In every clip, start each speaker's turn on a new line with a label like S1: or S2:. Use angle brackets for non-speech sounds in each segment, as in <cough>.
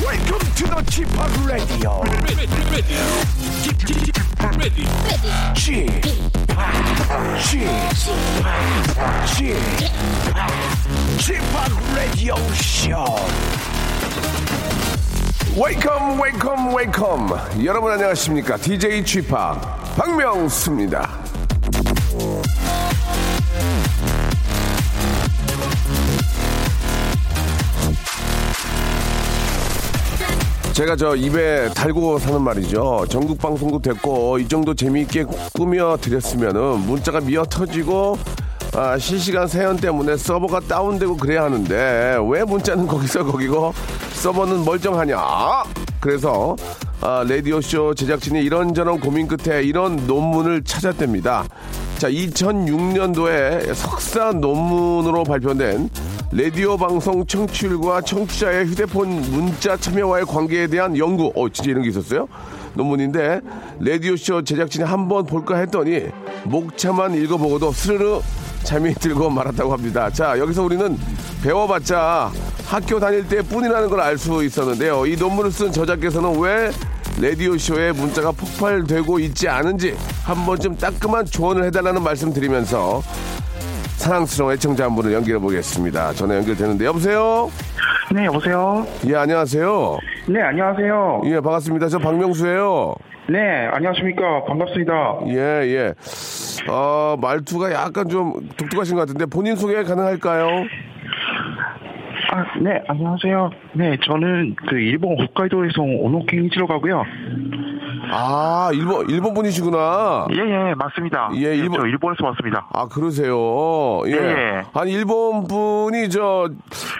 S1: to the Chip Radio.
S2: ready, ready, ready, ready.
S1: Chip, Chip, Chip, Chip Radio Show.
S3: 웨이컴 웨이컴 웨이컴 여러분 안녕하십니까 DJ 취팍 박명수입니다 제가 저 입에 달고 사는 말이죠 전국 방송도 됐고 이 정도 재미있게 꾸며 드렸으면은 문자가 미어 터지고 아, 실시간 세연 때문에 서버가 다운되고 그래야 하는데 왜 문자는 거기서 거기고 서버는 멀쩡하냐 그래서 아, 라디오쇼 제작진이 이런저런 고민 끝에 이런 논문을 찾았답니다. 자, 2006년도에 석사 논문으로 발표된 라디오 방송 청취율과 청취자의 휴대폰 문자 참여와의 관계에 대한 연구. 어, 진짜 이런 게 있었어요? 논문인데 라디오쇼 제작진이 한번 볼까 했더니 목차만 읽어보고도 스르르 잠이 들고 말았다고 합니다. 자, 여기서 우리는 배워봤자 학교 다닐 때 뿐이라는 걸 알 수 있었는데요. 이 논문을 쓴 저자께서는 왜 라디오쇼에 문자가 폭발되고 있지 않은지 한 번쯤 따끔한 조언을 해달라는 말씀 드리면서 사랑스러운 애청자 한 분을 연결해 보겠습니다. 전화 연결되는데 여보세요?
S4: 네, 여보세요?
S3: 예, 안녕하세요.
S4: 네, 안녕하세요.
S3: 예, 반갑습니다. 저 박명수예요.
S4: 네, 안녕하십니까. 반갑습니다.
S3: 예, 예. 어, 말투가 약간 좀 독특하신 것 같은데 본인 소개 가능할까요?
S4: 아, 네, 안녕하세요. 네, 저는 그 일본 홋카이도에서 온 오노킹 히지로가고요.
S3: 아, 일본, 일본 분이시구나.
S4: 예, 예, 맞습니다.
S3: 예, 일본-
S4: 저 일본에서 왔습니다.
S3: 아, 그러세요. 예.
S4: 네.
S3: 한 일본 분이 저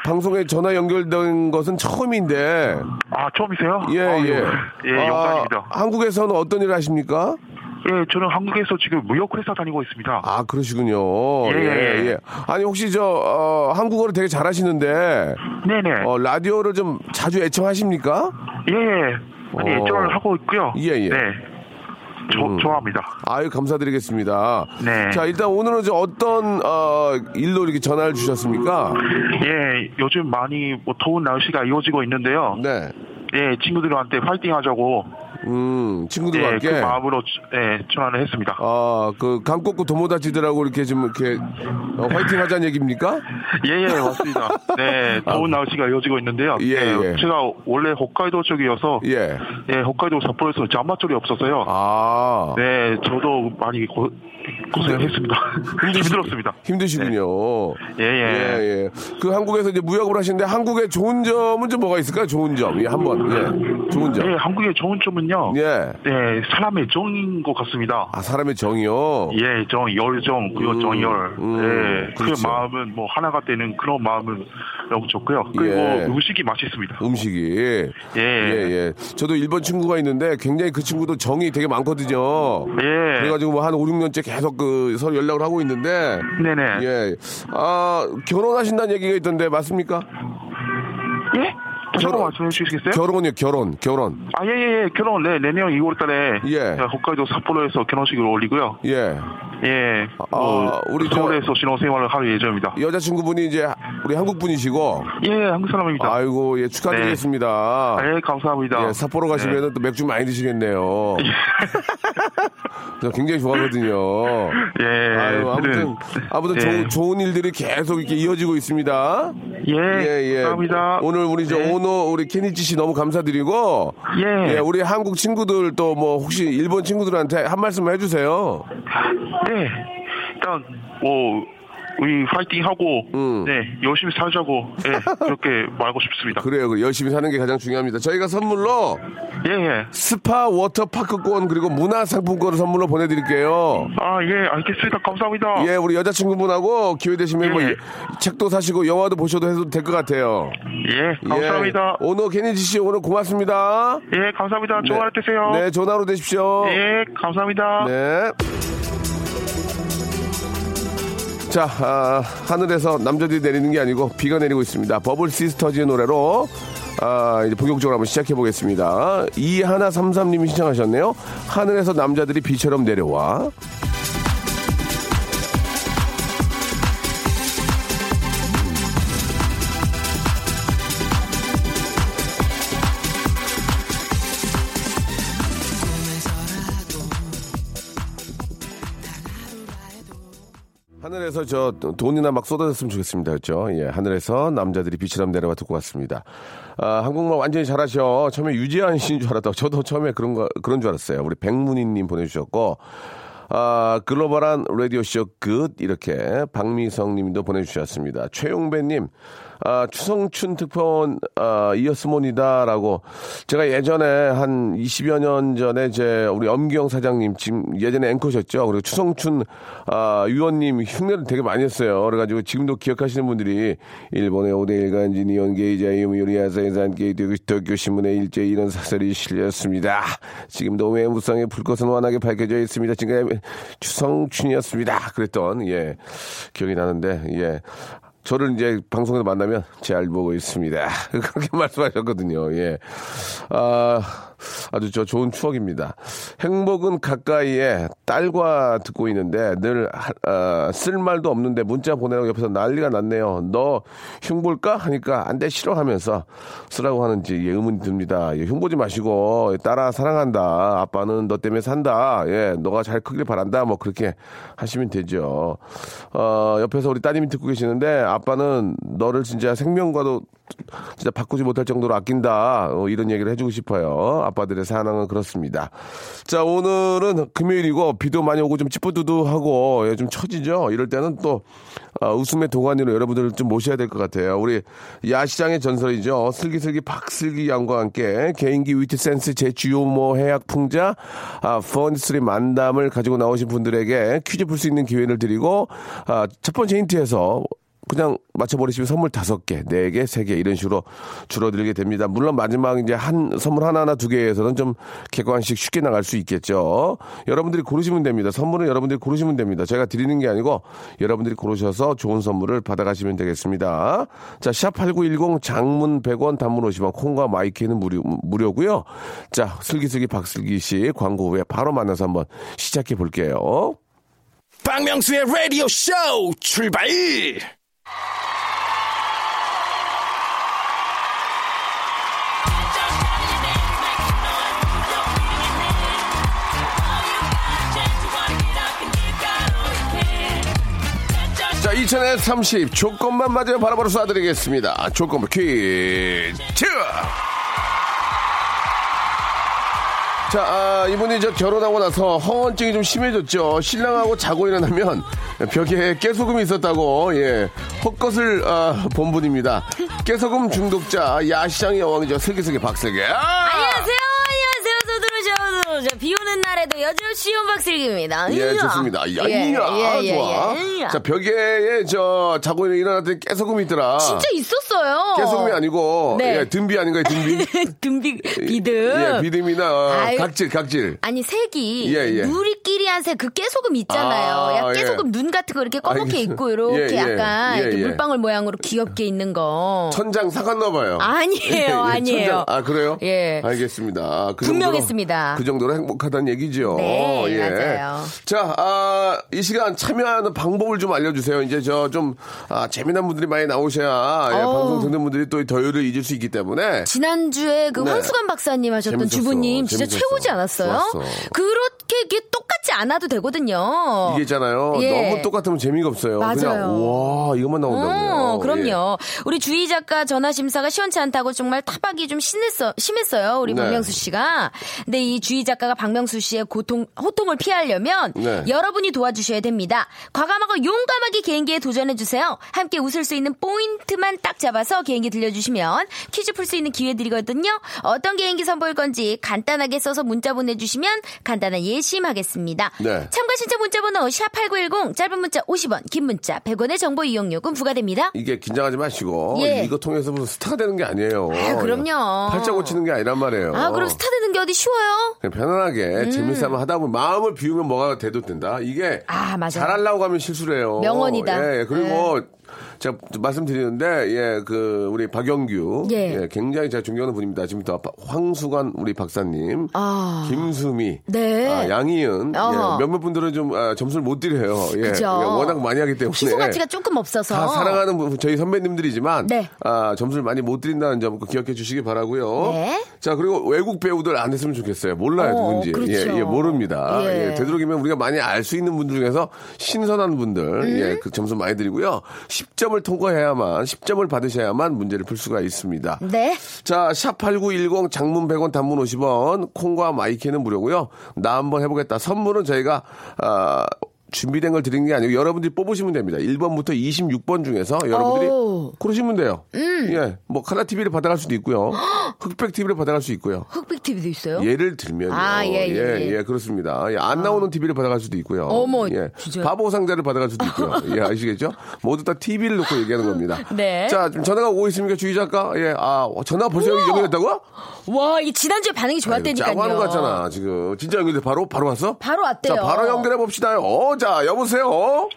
S3: 방송에 전화 연결된 것은 처음인데.
S4: 아, 처음이세요?
S3: 예,
S4: 아,
S3: 예.
S4: 예,
S3: 아,
S4: 영광입니다.
S3: 한국에서는 어떤 일을 하십니까?
S4: 예, 저는 한국에서 지금 무역회사 다니고 있습니다.
S3: 아, 그러시군요.
S4: 예, 예.
S3: 아니, 혹시 저, 어, 한국어를 되게 잘하시는데,
S4: 네네.
S3: 어, 라디오를 좀 자주 애청하십니까?
S4: 예, 예. 많이
S3: 어.
S4: 애청을 하고 있고요.
S3: 예, 음. 예.
S4: 네. 저, 좋아합니다.
S3: 아유, 감사드리겠습니다.
S4: 네.
S3: 자, 일단 오늘은 저 어떤, 어, 일로 이렇게 전화를 주셨습니까?
S4: 예, 요즘 많이 뭐 더운 날씨가 이어지고 있는데요.
S3: 네.
S4: 예, 친구들한테 파이팅 하자고
S3: 음, 친구들과
S4: 예,
S3: 함께.
S4: 그 마음으로 주- 예, 전화를 했습니다.
S3: 아, 그, 강꼬고 도모다치들하고 이렇게 좀, 이렇게, 어, 화이팅 하자는 얘기입니까?
S4: 예, 예, 맞습니다.
S3: <laughs>
S4: 네, 더운 날씨가 이어지고 있는데요.
S3: 아.
S4: 네,
S3: 예, 예.
S4: 제가 원래 홋카이도 쪽이어서 예,
S3: 예.
S4: 홋카이도 삿포로에서 장마 쪽이 없어서요.
S3: 아.
S4: 네, 저도 많이 고,
S3: 네. <laughs>
S4: 고생했습니다. 힘들었습니다.
S3: 힘드시군요.
S4: 예, 예.
S3: 예, 그 한국에서 이제 무역을 하시는데 한국의 좋은 점은 좀 뭐가 있을까요? 좋은 점. 예, 한번. 예. 좋은 점.
S4: 예, 한국의 좋은 점은요.
S3: 예.
S4: 예, 사람의 정인 것 같습니다.
S3: 아, 사람의 정이요.
S4: 예, 정, 열정, 그리고
S3: 음,
S4: 정열.
S3: 음,
S4: 예, 그
S3: 그렇죠.
S4: 마음은 뭐 하나가 되는 그런 마음은 너무 좋고요. 그리고
S3: 예.
S4: 음식이 맛있습니다.
S3: 음식이.
S4: 예.
S3: 예. 저도 일본 친구가 있는데 굉장히 그 친구도 정이 되게 많거든요.
S4: 예.
S3: 그래가지고 뭐 한 5, 6년째 계속 그 서로 연락을 하고 있는데.
S4: 네네.
S3: 예. 아, 결혼하신다는 얘기가 있던데 맞습니까?
S4: 예? 다시
S3: 결혼-
S4: 한번 말씀해 주시겠어요?
S3: 결혼이요, 결혼, 결혼.
S4: 아, 예, 예, 예. 결혼, 네, 내년 2월 달에.
S3: 예.
S4: 홋카이도 삿포로에서 결혼식을 올리고요.
S3: 예.
S4: 예. 뭐,
S3: 아, 우리 저-
S4: 서울에서 신혼생활을 할 예정입니다.
S3: 여자친구분이 이제 우리 한국 분이시고.
S4: 예, 한국 사람입니다. 아,
S3: 아이고, 예, 축하드리겠습니다.
S4: 예, 감사합니다. 네.
S3: 예, 삿포로 가시면 또 맥주 많이
S4: <laughs>
S3: 드시겠네요. 저 굉장히 좋아하거든요.
S4: 예.
S3: 아유, 아무튼,
S4: 하여튼,
S3: 아무튼
S4: 예.
S3: 좋은, 좋은 일들이 계속 이렇게 이어지고 있습니다.
S4: 예, 감사합니다.
S3: 오늘 우리 저
S4: 네.
S3: 오노 우리 케니치 씨 너무 감사드리고
S4: 예.
S3: 우리 한국 친구들 또 뭐 혹시 일본 친구들한테 한 말씀 해주세요.
S4: 네. 일단, 뭐, 우리 파이팅 하고,
S3: 음.
S4: 네, 열심히 살자고, 예,
S3: <laughs>
S4: 그렇게 말하고 싶습니다.
S3: 그래요, 그 열심히 사는 게 가장 중요합니다. 저희가 선물로
S4: 예, 예.
S3: 스파 워터파크권 그리고 문화상품권을 선물로 보내드릴게요.
S4: 아, 예, 알겠습니다. 감사합니다.
S3: 예, 우리 여자친구분하고 기회 되시면 뭐
S4: 어. 예.
S3: 책도 사시고 영화도 보셔도 해도 될 것 같아요.
S4: 예, 감사합니다.
S3: 예, 오늘 케니지 씨 오늘 고맙습니다.
S4: 예, 감사합니다. 좋은 하루 되세요.
S3: 네, 좋은 하루 되십시오.
S4: 예, 감사합니다.
S3: 네. 자, 아, 하늘에서 남자들이 내리는 게 아니고 비가 내리고 있습니다. 버블 시스터즈의 노래로 아, 이제 본격적으로 한번 시작해 보겠습니다. 2133님이 신청하셨네요. 하늘에서 남자들이 비처럼 내려와. 하늘에서 저 돈이나 막 쏟아졌으면 좋겠습니다. 그죠? 예, 하늘에서 남자들이 빛이람 내려와 듣고 왔습니다. 아, 한국말 완전히 잘하셔. 처음에 유재한 씨인 줄 알았다고. 저도 처음에 그런 거, 그런 줄 알았어요. 우리 백문희님 보내주셨고, 아, 글로벌한 라디오쇼 굿. 이렇게 박미성 님도 보내주셨습니다. 최용배님, 아, 추성춘 특파원, 아, 이었으몬이다라고 제가 예전에 한 20여 년 전에 제 우리 엄기영 사장님 지금 예전에 앵커셨죠. 그리고 추성춘, 아, 위원님 흉내를 되게 많이 했어요. 그래가지고 지금도 기억하시는 분들이 일본의 오대 일간지 니온 게이자 요미요리아사 인산 게이도 도쿄 신문에 일제 이런 사설이 실렸습니다. 지금도 외무성의 불꽃은 환하게 밝혀져 있습니다. 지금까지 추성춘이었습니다. 그랬던 예 기억이 나는데 예. 저를 이제 방송에서 만나면 잘 보고 있습니다. <laughs> 그렇게 말씀하셨거든요. 예. 아, 아주 저 좋은 추억입니다. 행복은 가까이에 딸과 듣고 있는데 늘, 하- 아, 쓸 말도 없는데 문자 보내라고 옆에서 난리가 났네요. 너 흉볼까? 하니까 안 돼, 싫어 하면서 쓰라고 하는지 예, 의문이 듭니다. 예, 흉보지 마시고, 예, 딸아, 사랑한다. 아빠는 너 때문에 산다. 예, 너가 잘 크길 바란다. 뭐 그렇게 하시면 되죠. 어, 옆에서 우리 따님이 듣고 계시는데 아빠는 너를 진짜 생명과도 진짜 바꾸지 못할 정도로 아낀다. 어, 이런 얘기를 해주고 싶어요. 아빠들의 사랑은 그렇습니다. 자, 오늘은 금요일이고 비도 많이 오고 좀 찌뿌두두하고 예, 좀 처지죠. 이럴 때는 또 아, 웃음의 동안으로 여러분들을 좀 모셔야 될 것 같아요. 우리 야시장의 전설이죠. 슬기슬기 박슬기 양과 함께 개인기 위트 센스 제주요모 뭐 해약 풍자 아, 펀스리 만담을 가지고 나오신 분들에게 퀴즈 풀 수 있는 기회를 드리고 아, 첫 번째 힌트에서 그냥 맞춰버리시면 선물 다섯 개, 네 개, 세 개 이런 식으로 줄어들게 됩니다. 물론 마지막 이제 한 선물 하나나 두 개에서는 좀 객관식 쉽게 나갈 수 있겠죠. 여러분들이 고르시면 됩니다. 선물은 여러분들이 고르시면 됩니다. 제가 드리는 게 아니고 여러분들이 고르셔서 좋은 선물을 받아가시면 되겠습니다. 자, 샵8910 장문 100원 단문 50원 콩과 마이키는 무료, 무료고요. 자, 슬기슬기 박슬기 씨 광고 후에 바로 만나서 한번 시작해 볼게요.
S1: 박명수의 라디오 쇼 출발!
S3: 자, 2000에 30 조건만 맞으면 바로바로 쏴드리겠습니다. 조건부 퀴즈! 자, 아, 이분이 저 결혼하고 나서 허언증이 좀 심해졌죠. 신랑하고 자고 일어나면 벽에 깨소금이 있었다고, 예, 헛것을 아, 본 분입니다. 깨소금 중독자, 야시장의 여왕이죠. 슬기슬기 박슬기. 아!
S5: 안녕하세요. 안녕하세요. 서두르죠. 서두르죠. 비 오는 날에도 여전 쉬운 박슬기입니다.
S3: 예,
S5: 으아.
S3: 좋습니다. 야,
S5: 예,
S3: 이야,
S5: 예, 예,
S3: 좋아.
S5: 예, 예.
S3: 자, 벽에 저 자고 일어났더니 깨소금이 있더라.
S5: 진짜 있었어요.
S3: 깨소금이 아. 아니고
S5: 네.
S3: 예, 든비 아닌가요 든비
S5: <laughs> 듬비, 비듬.
S3: 예 비듬이나 어,
S5: 아유.
S3: 각질 각질
S5: 아니 색이
S3: 예, 예.
S5: 누리끼리 한 색 그 깨소금
S3: 아,
S5: 있잖아요. 약 깨소금
S3: 예.
S5: 눈 같은 거 이렇게
S3: 알겠어요.
S5: 검게 있고 이렇게
S3: 예, 예.
S5: 약간
S3: 예,
S5: 이렇게
S3: 예.
S5: 물방울 모양으로 귀엽게 있는 거.
S3: 천장 사갔나 봐요 <laughs> 예,
S5: 아니에요, 아니에요.
S3: 천장. 아 그래요
S5: 예.
S3: 알겠습니다 아, 그
S5: 분명했습니다.
S3: 정도로, 그 정도로 행복하다는 얘기죠
S5: 네,
S3: 예.
S5: 맞아요.
S3: 자, 아, 이 시간 참여하는 방법을 좀 알려주세요. 이제 저 좀 아, 재미난 분들이 많이 나오셔야 예,
S5: 어우.
S3: 방송 듣는 분들이 또 이 더위를 잊을 수 있기 때문에
S5: 지난주에 그
S3: 네.
S5: 황수관 박사님 하셨던
S3: 재밌었어.
S5: 주부님 진짜
S3: 재밌었어.
S5: 최고지 않았어요?
S3: 좋았어.
S5: 그렇게 이게 똑같지 않아도 되거든요.
S3: 이게 있잖아요.
S5: 예.
S3: 너무 똑같으면 재미가 없어요.
S5: 맞아요.
S3: 그냥 와 이것만 나온다고요.
S5: 어,
S3: 예.
S5: 그럼요. 우리 주희 작가 전화 심사가 시원치 않다고 정말 타박이 좀 심했어, 심했어요. 우리
S3: 네.
S5: 박명수 씨가. 근데 이 주희 작가가 박명수 씨의 고통, 호통을 피하려면
S3: 네.
S5: 여러분이 도와주셔야 됩니다. 과감하고 용감하게 개인기에 도전해주세요. 함께 웃을 수 있는 포인트만 딱 잡아서 개인기 들려주시면 퀴즈 풀 수 있는 기회 드리거든요. 어떤 개인기 선보일 건지 간단하게 써서 문자 보내주시면 간단한 예심하겠습니다.
S3: 네.
S5: 참가 신청 문자 번호 샵8910 짧은 문자 50원 긴 문자 100원의 정보 이용료금 부과됩니다.
S3: 이게 긴장하지 마시고
S5: 예.
S3: 이거 통해서 무슨 스타가 되는 게 아니에요.
S5: 아유, 그럼요.
S3: 팔자 고치는 게 아니란 말이에요.
S5: 아 그럼 스타 음. 되는 게 어디 쉬워요?
S3: 그냥 편안하게 재밌으면 하다 보면 마음을 비우면 뭐가 돼도 된다. 이게
S5: 아, 맞아요.
S3: 잘하려고 하면 실수를 해요.
S5: 명언이다.
S3: 예, 예. 그리고 제가 말씀드리는데 예 그 우리 박영규
S5: 예.
S3: 예, 굉장히 제가 존경하는 분입니다. 지금부터 바- 황수관 우리 박사님,
S5: 아.
S3: 김수미,
S5: 네.
S3: 아, 양희은
S5: 어허.
S3: 예, 몇몇 분들은 좀 아, 점수를 못 드려요. 예,
S5: 그죠.
S3: 예, 워낙 많이 하기 때문에
S5: 희소 가치가 조금 없어서.
S3: 다 사랑하는 분, 저희 선배님들이지만
S5: 네.
S3: 아, 점수를 많이 못 드린다는 점 꼭 기억해 주시기 바라고요.
S5: 네.
S3: 자 그리고 외국 배우들 안 했으면 좋겠어요. 몰라요
S5: 어,
S3: 누군지.
S5: 그렇죠.
S3: 예, 예, 모릅니다.
S5: 예.
S3: 예, 되도록이면 우리가 많이 알 수 있는 분들 중에서 신선한 분들
S5: 음?
S3: 예, 그 점수 많이 드리고요. 10점을 통과해야만 10점을 받으셔야만 문제를 풀 수가 있습니다.
S5: 네.
S3: 자, 샵8910 장문 100원 단문 50원 콩과 마이키는 무료고요. 나 한번 해보겠다. 선물은 저희가 아, 준비된 걸 드리는 게 아니고 여러분들이 뽑으시면 됩니다. 1번부터 26번 중에서 여러분들이
S5: 오.
S3: 고르시면 돼요. 예. 뭐 카라 TV를 받아갈 수도 있고요. 흑백 TV를 받아갈 수 있고요.
S5: 흑백 TV도 있어요?
S3: 예를 들면
S5: 아,
S3: 요
S5: 예, 예, 예.
S3: 그렇습니다. 예, 안 나오는 TV를 받아갈 수도 있고요.
S5: 어머,
S3: 예.
S5: 진짜.
S3: 바보 상자를 받아갈 수도 있고요.
S5: <laughs>
S3: 예, 아시겠죠? 모두 다 TV를 놓고 얘기하는 겁니다.
S5: 네.
S3: 자, 지금 전화가 오고 있습니까, 주희 작가? 예, 아, 전화 벌써 연결됐다고?
S5: 와, 이 지난주에 반응이 좋았다니까요.
S3: 짜고 하는 거 같잖아, 지금. 진짜 연결돼. 바로, 바로 왔어?
S5: 바로 왔대요.
S3: 자, 바로 연결해 봅시다. 어, 자, 여보세요?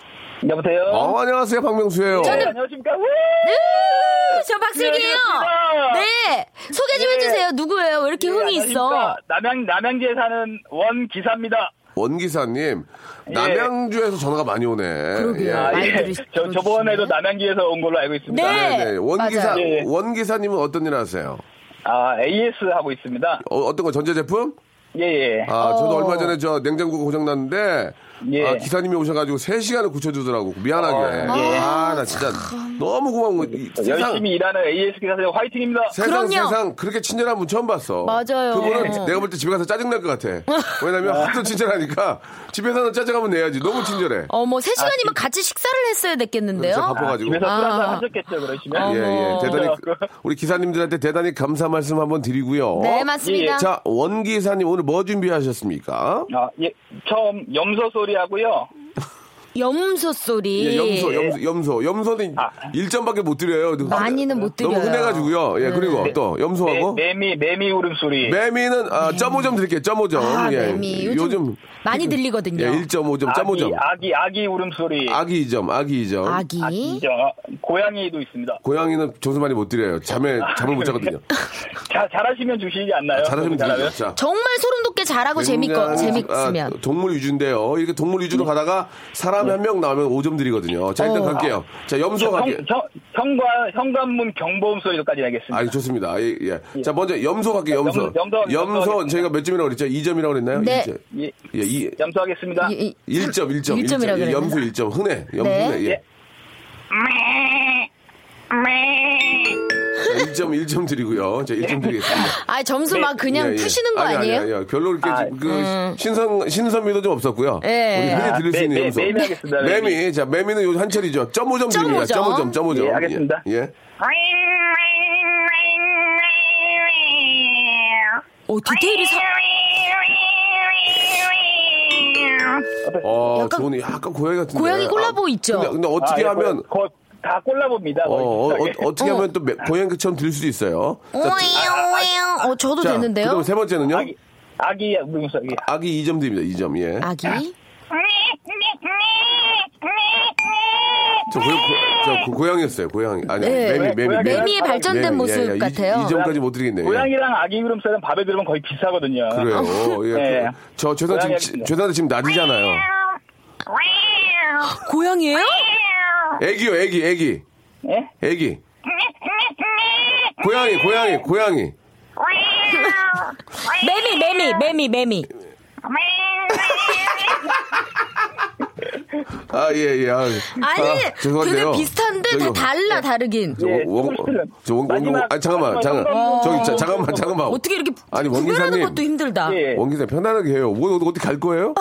S6: 여보세요.
S3: 어, 안녕하세요, 박명수예요
S6: 네, 안녕하십니까? 우!
S5: 으, 네, 저 박슬기예요.
S6: 안녕하십니까.
S5: 네. 소개 좀
S6: 예.
S5: 해주세요. 누구예요? 왜 이렇게
S6: 네,
S5: 흥이
S6: 안녕하십니까?
S5: 있어?
S6: 남양 남양지에 사는 원 기사입니다.
S3: 원기사님,
S6: 예.
S3: 남양주에서 전화가 많이 오네.
S5: 네. 그러게요.
S3: 예.
S6: 아,
S5: 많이
S6: 예.
S5: 들으시-
S6: 저 저번에도
S5: 들으시네.
S6: 남양지에서 온 걸로 알고 있습니다.
S5: 네.
S3: 네, 네. 원기사,
S5: 맞아요.
S6: 예, 예.
S3: 원기사님은 어떤 일 하세요?
S6: 아, AS 하고 있습니다.
S3: 어, 어떤 거 전자제품?
S6: 예, 예.
S3: 아, 저도
S5: 어.
S3: 얼마 전에 저 냉장고 고장 났는데
S6: 예.
S3: 아, 기사님이 오셔가지고 3 시간을 고쳐주더라고 미안하게.
S6: 어, 예.
S3: 아, 나 진짜 너무 고마운 거. 이 세상
S6: 열심히 일하는 AS 기사세요. 화이팅입니다.
S3: 세상
S5: 그럼요.
S3: 세상 그렇게 친절한 분 처음 봤어.
S5: 맞아요.
S3: 그분은
S5: 예.
S3: 내가 볼 때 집에 가서 짜증 날 것 같아. 왜냐면 하도 친절하니까 집에서는 짜증하면 내야지. 너무 친절해.
S5: 어머, 세
S6: 아,
S5: 시간이면 같이 식사를 했어야 됐겠는데요?
S3: 진짜 바빠가지고.
S6: 집에서 술 한잔
S5: 아.
S6: 하셨겠죠, 그러시면.
S3: 예, 예.
S5: 어머.
S3: 대단히
S6: 그래갖고.
S3: 우리 기사님들한테 대단히 감사 말씀 한번 드리고요.
S5: 네, 맞습니다.
S6: 예.
S3: 자, 원 기사님 오늘 뭐 준비하셨습니까?
S6: 아, 예. 처음 염소 소리하고요.
S5: 염소 소리.
S3: 예, 염소, 염소, 염소. 염소는
S6: 아.
S3: 1점밖에 못 드려요.
S5: 많이는 못 드려요. 네.
S3: 너무 흔해가지고요. 예, 그리고
S6: 네.
S3: 또
S6: 매,
S3: 염소하고.
S6: 매미 매미 울음소리.
S3: 뭐? 매미는 아, 점 5점 드릴게요. 점 5점.
S5: 아,
S3: 예.
S5: 매미. 요즘, 많이 들리거든요.
S3: 예, 1.5점, 점 5점.
S6: 아기 아기 아기 울음소리.
S3: 아기 2점, 아기 2점.
S5: 아기.
S6: 아기죠. 고양이도 있습니다.
S3: 고양이는 점수 많이 못 드려요. 잠에 잠을 못 자거든요.
S6: 자, 잘하시면 주시지 않나요?
S3: 아,
S6: 네.
S3: 잘하시면
S6: 잘하면?
S3: 드려요. 자.
S5: 정말 소름 돋게
S3: 예,
S5: 잘하고 재밌고,
S3: 굉장히,
S5: 재밌으면. 네.
S3: 아, 동물 위주인데요. 이게 동물 위주로 가다가
S6: 네.
S3: 사람이 한 명 나오면 5점 드리거든요. 자, 일단
S5: 어.
S3: 갈게요. 자, 염소 갈게요.
S6: 형, 형, 현관, 현관문 경보음 소리도까지 내겠습니다.
S3: 아, 좋습니다. 예, 예. 자, 먼저 염소 갈게요. 염소.
S6: 염소, 염소, 염소 하겠습니다.
S3: 저희가 몇 점이라고 그랬죠? 2점이라고 그랬나요?
S5: 네.
S3: 이 점.
S6: 예,
S3: 예, 이 아,
S6: 염소하겠습니다.
S5: 이- 이-
S3: 1점, 1점, 예,
S5: 1점이라고 그랬나?
S3: 염소 1점. 흔해. 염소
S5: 네.
S3: 흔해. 예.
S6: 예.
S3: 1점, 1점 드리고요. 자, 1점 드리겠습니다.
S5: 아, 점수 막 <laughs> 그냥
S3: 예, 예.
S5: 푸시는 거
S3: 아니,
S5: 아니, 에요 음.
S3: 아니, 아니, 별로 이렇게
S6: 아,
S3: 그 신선, 신선미도 좀 없었고요.
S5: 예.
S3: 우리 흔히
S6: 아,
S3: 들을 수
S6: 매-
S3: 있는
S6: 매-
S3: 염소.
S6: 매미 하겠습니다,
S3: 매미.
S6: 매미.
S3: 자, 매미는 요 한철이죠. 점 5점
S5: 점
S3: 드립니다. 점
S5: 5점.
S3: 5점, 점 5점.
S6: 예, 알겠습니다.
S3: 예. 예.
S5: 오, 디테일이 사...
S3: 어,
S5: 약간-
S3: 좋은, 약간 고양이 같은데.
S5: 고양이 콜라보
S3: 아,
S5: 있죠?
S3: 근데, 근데 어떻게
S6: 아, 예,
S3: 하면.
S6: 거- 다 꼴라봅니다.
S3: 어,
S6: 거의
S3: 어,
S6: 비슷하게.
S3: 어, 떻게
S5: 어.
S3: 하면 또 매- 고양이처럼 들 수도 있어요. 자,
S5: 오에요, 오에요. 어, 저도
S3: 자,
S5: 되는데요?
S3: 그다음 세 번째는요?
S6: 아기, 아기 예. 울음소리.
S3: 아기 2점 드립니다. 2점. 예.
S5: 아기.
S3: <laughs> 저, 고, 고, 저 고, 양이였어요 고양이. 아니,
S5: 네.
S3: 매미, 매미.
S6: 고양이.
S3: 매미.
S5: 매미의 발전된
S3: 예,
S5: 모습
S3: 예, 예. 이-
S5: 같아요.
S3: 이 점까지 못 드리겠네요. 예.
S6: 고양이랑 아기 울음소리는 밥에 들으면 거의 비슷하거든요.
S3: 그래요. 예.
S6: 네.
S3: 그- 저 죄송 지금
S6: 고양이
S3: 지-
S6: 하겠습니다.
S3: 죄송한데 지금 낮이잖아요. <laughs>
S5: 고양이에요?
S3: 애기요, 애기, 애기,
S6: 예?
S3: 애기. 고양이, 고양이, 고양이.
S5: 매미, <laughs> 매미, 매미, 매미.
S3: 아, 예, 예. 아,
S5: 아니,
S3: 아,
S5: 되게
S3: 죄송한데요.
S5: 비슷한데 다
S3: 저기, 뭐,
S5: 달라, 다르긴.
S3: 저
S6: 예,
S3: 원,
S6: 조금씩은.
S3: 저 원, 원, 원,
S6: 마지막,
S3: 아 잠깐만,
S6: 마지막
S3: 잠깐,
S6: 한 번.
S3: 저기 자, 잠깐만, 잠깐만.
S5: 어떻게 이렇게
S3: 아니 원
S5: 구별하는
S3: 기사님,
S5: 것도 힘들다.
S6: 예.
S3: 원 기사 편안하게 해요. 뭐 어디 어디 갈 거예요?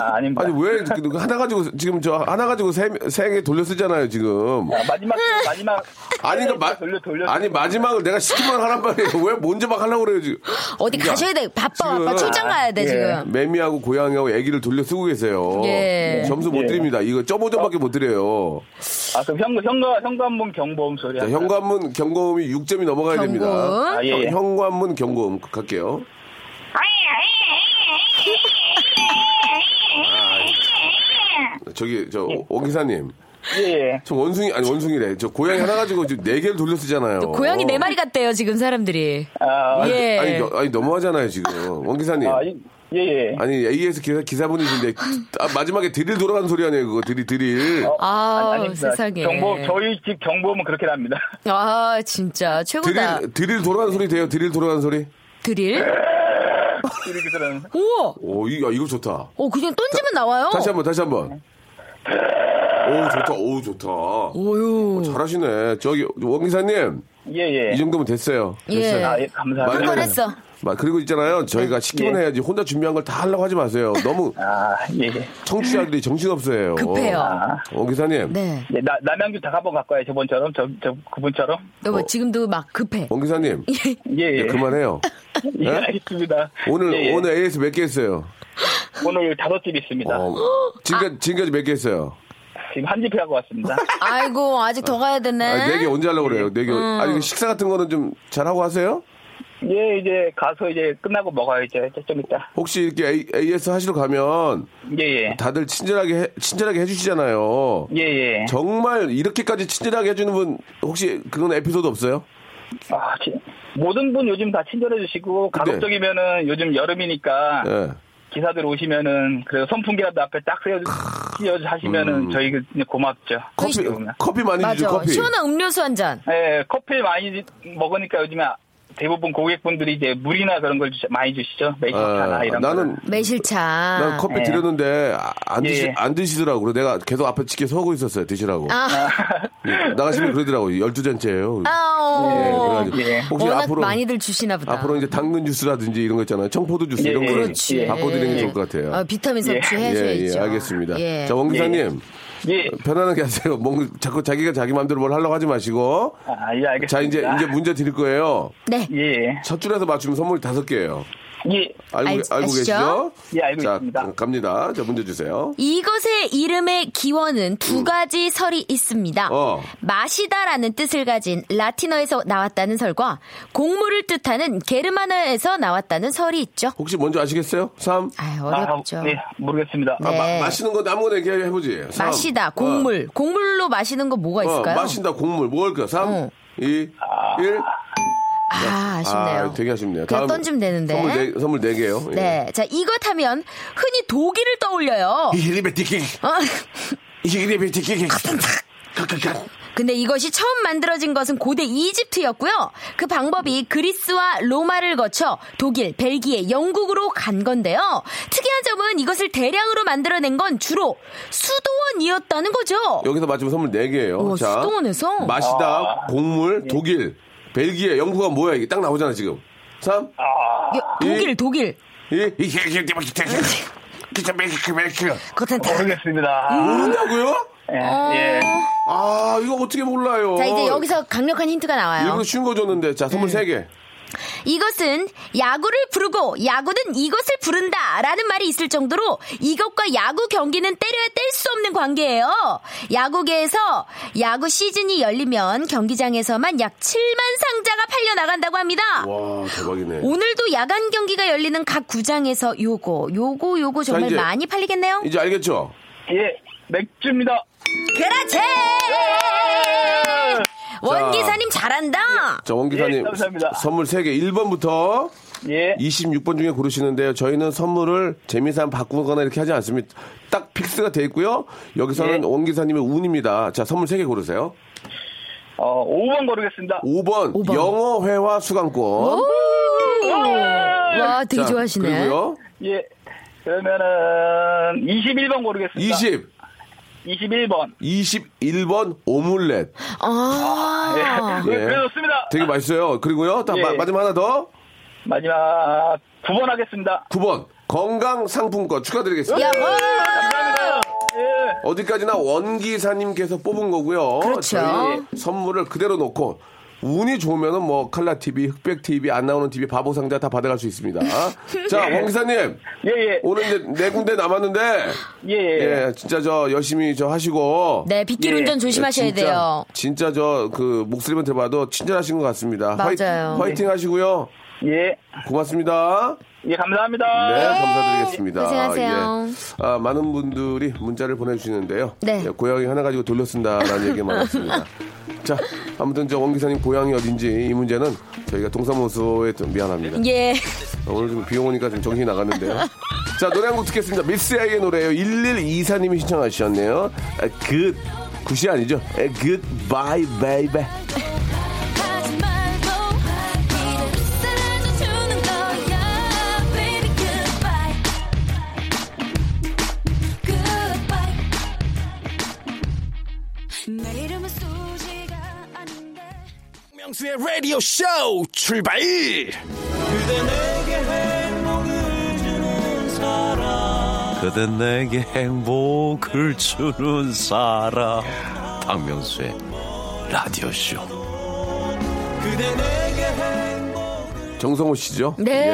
S6: 아, 아닙니다.
S3: 아니 왜 그- 하나 가지고 지금 저 하나 가지고 세개 돌려 쓰잖아요 지금.
S6: 아, 마지막, 마지막.
S3: 아니 그 마,
S6: 네, 돌려, 돌려.
S3: 아니 마지막을 내가 시키면 하란 말이에요. 왜 먼저 막 하려고 그래요 지금?
S5: 어디
S3: 그러니까
S5: 가셔야 돼. 바빠,
S3: 지금-
S5: 바빠. 출장 가야 돼,
S6: 예.
S5: 지금.
S3: 매미하고 고양이하고 애기를 돌려 쓰고 계세요.
S5: 예.
S3: 점수 못
S6: 예.
S3: 드립니다. 이거 점 5점밖에 못 드려요.
S6: 아, 그럼 현, 현관, 현관문 경보음 소리.
S3: 자,
S6: 할까요?
S3: 현관문 경고음이 6점이 넘어가야 됩니다.
S5: 경고음.
S6: 아, 예, 예.
S3: 현관문 경고음 갈게요.
S6: 예.
S3: 저기 저 원기사님
S7: 예,
S3: 저 원숭이 아니 원숭이래. 저 고양이 하나 가지고 지금 네 개를 돌려 쓰잖아요. 어.
S5: 고양이 네 마리 같대요 지금 사람들이.
S7: 아,
S3: 아니,
S5: 예.
S3: 아니, 너- 아니, 너무하잖아요 지금 원 기사님.
S7: 아, 이- 예, 예.
S3: 아니 AS 기사 기사분이신데 아, 마지막에 드릴 돌아가는 소리 아니에요 그거 드릴 드릴
S7: 어,
S5: 아우,
S7: 아니, 아닙니다.
S5: 세상에.
S7: 경보, 저희 집 경보음은
S6: <laughs>
S7: 그렇게 납니다.
S5: 아 진짜 최고다.
S3: 드릴 예. 드릴 돌아가는 소리 돼요 드릴 돌아가는 소리.
S5: 드릴?
S7: 이렇게들은
S5: 우와.
S3: 오 이, 야, 이거 좋다.
S5: 어 그냥 던지면 나와요.
S3: 다시 한번 다시 한번. 오 좋다 오 좋다.
S5: 오유.
S3: 잘하시네. 저기 원 기사님
S7: 예, 예.
S3: 이 정도면 됐어요.
S5: 예.
S7: 아, 예, 감사합니다.
S5: 한번 했어.
S3: 마- 그리고 있잖아요. 저희가 시키면
S7: 예.
S3: 해야지 혼자 준비한 걸 다 하려고 하지 마세요. 너무
S7: 아, 예, 예.
S3: 청취자들이 정신없어요.
S5: 급해요.
S7: 아,
S3: 원 기사님.
S5: 네.
S7: 예, 나, 남양주 닭 한번 갖고 와요, 저번처럼. 저, 저, 그분처럼.
S5: 너
S3: 어.
S5: 뭐 지금도 막 급해.
S3: 원 어, 기사님.
S7: 예, 예.
S3: 이제 그만해요.
S7: 예, 알겠습니다.
S3: 오늘
S7: 예, 예.
S3: 오늘 AS 몇 개 했어요?
S7: 오늘 다섯 집 있습니다.
S3: 어,
S5: 아.
S3: 지금까지 지금까지 몇 개 했어요?
S7: 지금 한 집회 하고
S3: <laughs>
S7: 왔습니다.
S5: 아이고 아직 더 가야
S3: 아, 네개
S5: 되네.
S3: 언제 하려고 그래요? 네 개.
S5: 음.
S3: 아니 그 식사 같은 거는 좀 잘 하고 하세요?
S7: 예, 이제 가서 이제 끝나고 먹어요, 이제. 좀 이따.
S3: 혹시 이렇게 A, s 하시러 가면
S7: 예, 예.
S3: 다들 친절하게 해, 친절하게 해주시잖아요.
S7: 예, 예.
S3: 정말 이렇게까지 친절하게 해주는 분 혹시 그런 에피소드 없어요?
S7: 아, 지- 모든 분 요즘 다 친절해주시고,
S3: 근데-
S7: 가급적이면은 요즘 여름이니까
S3: 예.
S7: 기사들 오시면은 그래서 선풍기라도 앞에 딱 세워 하시면은 저희 그- 그냥 고맙죠.
S3: 음. 커피
S7: 보면.
S3: 커피 많이 주죠
S5: 맞아.
S3: 커피.
S5: 시원한 음료수 한 잔.
S7: 예, 커피 많이 먹으니까 요즘에 대부분 고객분들이 이제 물이나 그런 걸 주시- 많이 주시죠. 매실 차나
S3: 예.
S7: 아, 이런 거.
S3: 나는 난
S5: 매실차.
S3: 커피
S7: 예.
S3: 드렸는데 아, 안
S7: 예,
S3: 드시
S7: 예.
S3: 안 드시더라고. 그래 내가 계속 앞에 지켜 서고 있었어요 드시라고.
S5: 아,
S3: 예, 나가시면 그러더라고. 1 2 잔째예요.
S7: 아,
S3: 예,
S5: 아오.
S3: 그래가지고.
S7: 예.
S3: 혹시
S5: 어. 워낙
S3: 앞으로
S5: 많이들 주시나 보다.
S3: 앞으로 이제 당근 주스라든지 이런 거 있잖아요. 청포도 주스
S7: 예,
S3: 이런
S7: 예.
S3: 거
S5: 그렇지.
S7: 예.
S3: 바꿔드리는 게 좋을 것 같아요.
S5: 아, 비타민 섭취해줘야죠.
S3: 예, 예, 알겠습니다.
S5: 예.
S3: 자, 원 기사님
S7: <laughs> 예.
S3: 편안하게 하세요. 뭔가 자꾸 자기가 자기 마음대로 뭘 하려고 하지 마시고.
S7: 아, 예, 알겠습니다.
S3: 자, 이제 이제 문제 드릴 거예요.
S5: 네.
S7: 예.
S3: 첫 줄에서 맞추면 선물 다섯 개예요.
S7: 예.
S3: 알고
S5: 알-
S3: 알고
S5: 아시죠?
S3: 계시죠?
S7: 예, 알고
S3: 자,
S7: 있습니다.
S3: 갑니다. 자, 문제 주세요.
S5: 이것의 이름의 기원은 두 가지 설이 있습니다.
S3: 음. 어.
S5: 마시다라는 뜻을 가진 라틴어에서 나왔다는 설과 곡물을 뜻하는 게르만어에서 나왔다는 설이 있죠.
S3: 혹시 먼저 아시겠어요? 3.
S5: 아
S7: 아,
S5: 어렵죠.
S7: 예, 모르겠습니다.
S5: 네.
S3: 아, 마, 마시는 건 아무거나 얘기해 보지. 어.
S5: 마시다, 곡물. 곡물로 마시는 거 뭐가 있을까요?
S3: 마신다 곡물 뭘까? 3,
S5: 어.
S3: 2, 1.
S5: 아, 아쉽네요.
S3: 아, 되게 아쉽네요.
S5: 그냥
S3: 다음
S5: 던지면 되는데.
S3: 선물 네, 선물 네 개요. 예.
S5: 네. 자, 이것 하면 흔히 독일을 떠올려요.
S8: 히리베티키
S5: 어,
S8: 히리베티키
S5: 근데 이것이 처음 만들어진 것은 고대 이집트였고요. 그 방법이 그리스와 로마를 거쳐 독일, 벨기에, 영국으로 간 건데요. 특이한 점은 이것을 대량으로 만들어낸 건 주로 수도원이었다는 거죠.
S3: 여기서 맞추면 선물 네개예요
S5: 우와, 수도원에서?
S3: 마시다,
S7: 아.
S3: 곡물, 독일, 벨기에, 영국은 뭐야 이게 딱 나오잖아 지금. 3,
S7: 아.
S5: 여- 독일, 독일.
S3: 2,
S5: 그것은 다.
S7: 아, 모르겠습니다.
S5: 음.
S3: 모른다고요?
S7: 예.
S5: 어.
S7: 예.
S3: 아 이거 어떻게 몰라요?
S5: 자, 이제 여기서 강력한 힌트가 나와요. 네.
S3: 일부러 쉬운 거 줬는데 자 선물 세개
S5: 이것은 야구를 부르고 야구는 이것을 부른다 라는 말이 있을 정도로 이것과 야구 경기는 때려야 뗄 수 없는 관계예요. 야구계에서 야구 시즌이 열리면 경기장에서만 약 7만 상자가 팔려 나간다고 합니다.
S3: 와 대박이네.
S5: 아. 오늘도 야간 경기가 열리는 각 구장에서 요거, 요거, 요거 정말
S3: 이제-
S5: 많이 팔리겠네요.
S3: 이제 알겠죠?
S7: 예. 맥주입니다.
S3: 예!
S5: 그렇지! 원 기사님 잘한다.
S3: 자, 원 기사님.
S7: 예, 감사합니다.
S3: 선물 3개. 1번부터
S7: 예.
S3: 26번 중에 고르시는데요. 저희는 선물을 재미삼 바꾸거나 이렇게 하지 않습니다. 딱 픽스가 돼 있고요. 여기서는
S7: 예.
S3: 원 기사님의 운입니다. 자, 선물 3개 고르세요.
S7: 어, 5번 고르겠습니다.
S3: 5번,
S5: 오 번.
S3: 영어 회화 수강권.
S5: 오! 와, 되게
S3: 예. 자,
S5: 좋아하시네.
S3: 그리고요.
S7: 예. 그러면은 21번 고르겠습니다.
S5: 그러니까.
S3: 20,
S7: 21번.
S3: 21번 오믈렛.
S5: 아.
S7: <laughs> 예.
S5: 어.
S3: 예.
S7: 그래 좋습니다.
S3: 되게 맛있어요. 그리고요. 딱
S7: 예.
S3: 마, 지막 하나 더.
S7: 마지막 9번 하겠습니다.
S3: 9번, 건강 상품권 축하드리겠습니다.
S5: 야, 와.
S7: 감사합니다. 예.
S3: 어디까지나 원기사님께서 뽑은 거고요.
S5: 그렇죠.
S3: 저희 선물을 그대로 놓고 운이 좋으면은 뭐 칼라 TV, 흑백 TV, 안 나오는 TV, 바보 상자 다 받아갈 수
S5: <laughs>
S3: 있습니다. 자,
S5: 네.
S3: 원기사님
S7: 예, 예.
S3: 오늘 이제 네 군데 남았는데
S7: 예, 예.
S3: 예, 진짜 저 열심히 저 하시고
S5: 네, 빗길
S7: 예.
S5: 운전 조심하셔야
S3: 진짜,
S5: 돼요.
S3: 진짜 저 그 목소리만 들어봐도 친절하신 것 같습니다.
S5: 맞아요.
S3: 화이, 팅 하시고요.
S6: 예.
S3: 고맙습니다.
S6: 예, 감사합니다.
S3: 네, 감사드리겠습니다.
S5: 고생하세요.
S3: 예. 아, 많은 분들이 문자를 보내주시는데요.
S5: 네.
S3: 예, 고양이 하나 가지고 돌려쓴다라는 얘기 가 많았습니다.
S5: <laughs>
S3: 자, 아무튼 저원 기사님 고향이 어딘지 이 문제는 저희가 동사무소에 좀 미안합니다. <laughs> 아,
S5: 예.
S3: 오늘 좀 비 오니까 좀 정신이
S5: <laughs>
S3: 나갔는데요. 자, 노래 한 곡 듣겠습니다. 미스 아이의 노래예요. 1124님이 신청하셨네요. 아, 굿. 굿이 아니죠. 에, 굿 바이 베이베.
S9: 하지 말고 이대로 사라져주는 거야 Baby goodbye Goodbye 내 이름은 수지가 아닌데
S2: 명수의 라디오 쇼 출발. 그대 내게 행복을 주는 사람. 박명수의 라디오 쇼.
S3: 정성호 씨죠?
S5: 네.
S3: 예, 예,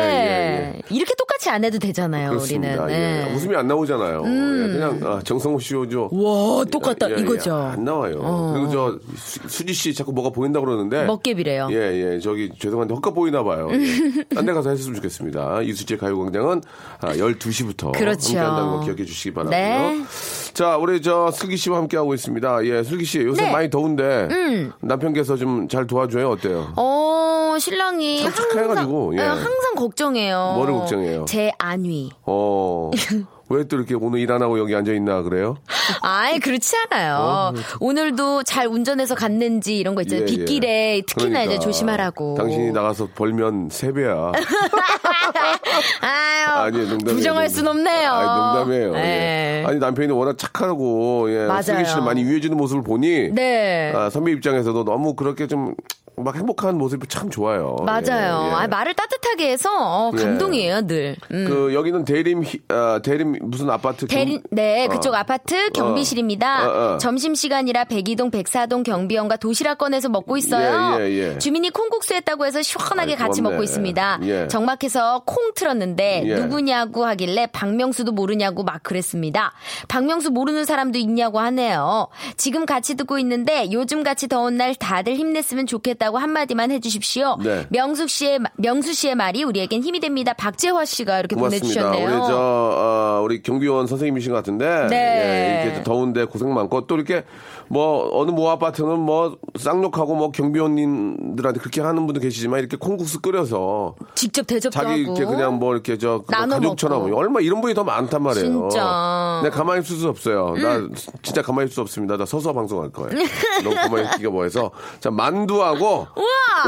S3: 예.
S5: 이렇게 똑같이 안 해도 되잖아요,
S3: 그렇습니다.
S5: 우리는.
S3: 예.
S5: 네.
S3: 웃음이 안 나오잖아요. 예, 그냥 아, 정성호 씨죠.
S5: 와, 똑같다.
S3: 예, 예,
S5: 이거죠.
S3: 안 나와요.
S5: 어.
S3: 그리고 저 수- 수지 씨 자꾸 뭐가 보인다 그러는데
S5: 먹개비래요.
S3: 예, 예. 저기 죄송한데 헛값 보이나 봐요. 예.
S5: <laughs>
S3: 딴 데 가서 했으면 좋겠습니다. 이수지의 가요광장은 아, 12시부터
S5: 그렇죠.
S3: 함께한다는 거 기억해 주시기 바라고요.
S5: 네.
S3: 자, 우리 저 슬기 씨와 함께 하고 있습니다. 예, 슬기 씨 요새
S5: 네. 음.
S3: 많이 더운데 남편께서 좀 잘 도와줘요. 어때요?
S5: 어, 신랑이
S3: 참
S5: 항상
S3: 착해가지고, 예.
S5: 예, 항상 걱정해요.
S3: 뭐를 걱정해요?
S5: 제 안위.
S3: 어.
S5: <laughs>
S3: 왜 또 이렇게 오늘 일 안 하고 여기 앉아 있나 그래요?
S5: 아이 그렇지 않아요. 오늘도 잘 운전해서 갔는지 이런 거 있잖아요.
S3: 어, 그렇죠. 예, 예.
S5: 빗길에 특히나
S3: 그러니까.
S5: 이제 조심하라고.
S3: 당신이 나가서 벌면 세 배야.
S5: <laughs> 아유,
S3: 아니 농담이에요.
S5: 부정할
S3: 농담.
S5: 순 없네요.
S3: 아니, 농담이에요.
S5: 네.
S3: 예. 아니 남편이 워낙 착하고 예.
S5: 맞아요.
S3: 슬기 씨를 많이 위해주는 모습을 보니
S5: 네.
S3: 아, 선배 입장에서도 너무 그렇게 좀 막 행복한 모습이 참 좋아요.
S5: 맞아요.
S3: 예, 예.
S5: 아, 말을 따뜻하게 해서 어,
S3: 예.
S5: 감동이에요, 늘. 음.
S3: 그 여기는 대림 히- 아, 대림 무슨 아파트 경-
S5: 대리, 네,
S3: 어.
S5: 그쪽 아파트 경비실입니다.
S3: 어, 어.
S5: 점심시간이라 백이동, 백사동 경비원과 도시락 꺼내서 먹고 있어요.
S3: 예, 예, 예.
S5: 주민이 콩국수 했다고 해서 시원하게
S3: 아이,
S5: 같이
S3: 고맙네.
S5: 먹고 있습니다.
S3: 예.
S5: 정막해서 콩 틀었는데
S3: 예.
S5: 누구냐고 하길래 박명수도 모르냐고 막 그랬습니다. 박명수 모르는 사람도 있냐고 하네요. 지금 같이 듣고 있는데 요즘 같이 더운 날 다들 힘냈으면 좋겠다고 한마디만 해주십시오.
S3: 네.
S5: 명숙 씨의, 마- 명수 씨의 말이 우리에겐 힘이 됩니다. 박재화 씨가 이렇게
S3: 고맙습니다. 우리
S5: 보내주셨네요.
S3: 저 어, 우리 경비원 선생님이신 것 같은데
S5: 네.
S3: 예, 이렇게 더운데 고생 많고 또 이렇게 뭐 어느 모 아파트는 뭐 쌍욕하고 뭐 경비원님들한테 그렇게 하는 분도 계시지만 이렇게 콩국수 끓여서
S5: 직접 대접도
S3: 자기
S5: 하고
S3: 이렇게 그냥 뭐 이렇게 저 그거
S5: 나눠
S3: 가족처럼
S5: 먹고.
S3: 얼마 이런 분이 더 많단 말이에요.
S5: 진짜. 음.
S3: 내가 가만히 있을 수 없어요. 나 진짜 가만히 있을 수 없습니다. 나 서서 방송할 거예요. 너무 가만히 있기가 뭐해서 자 만두하고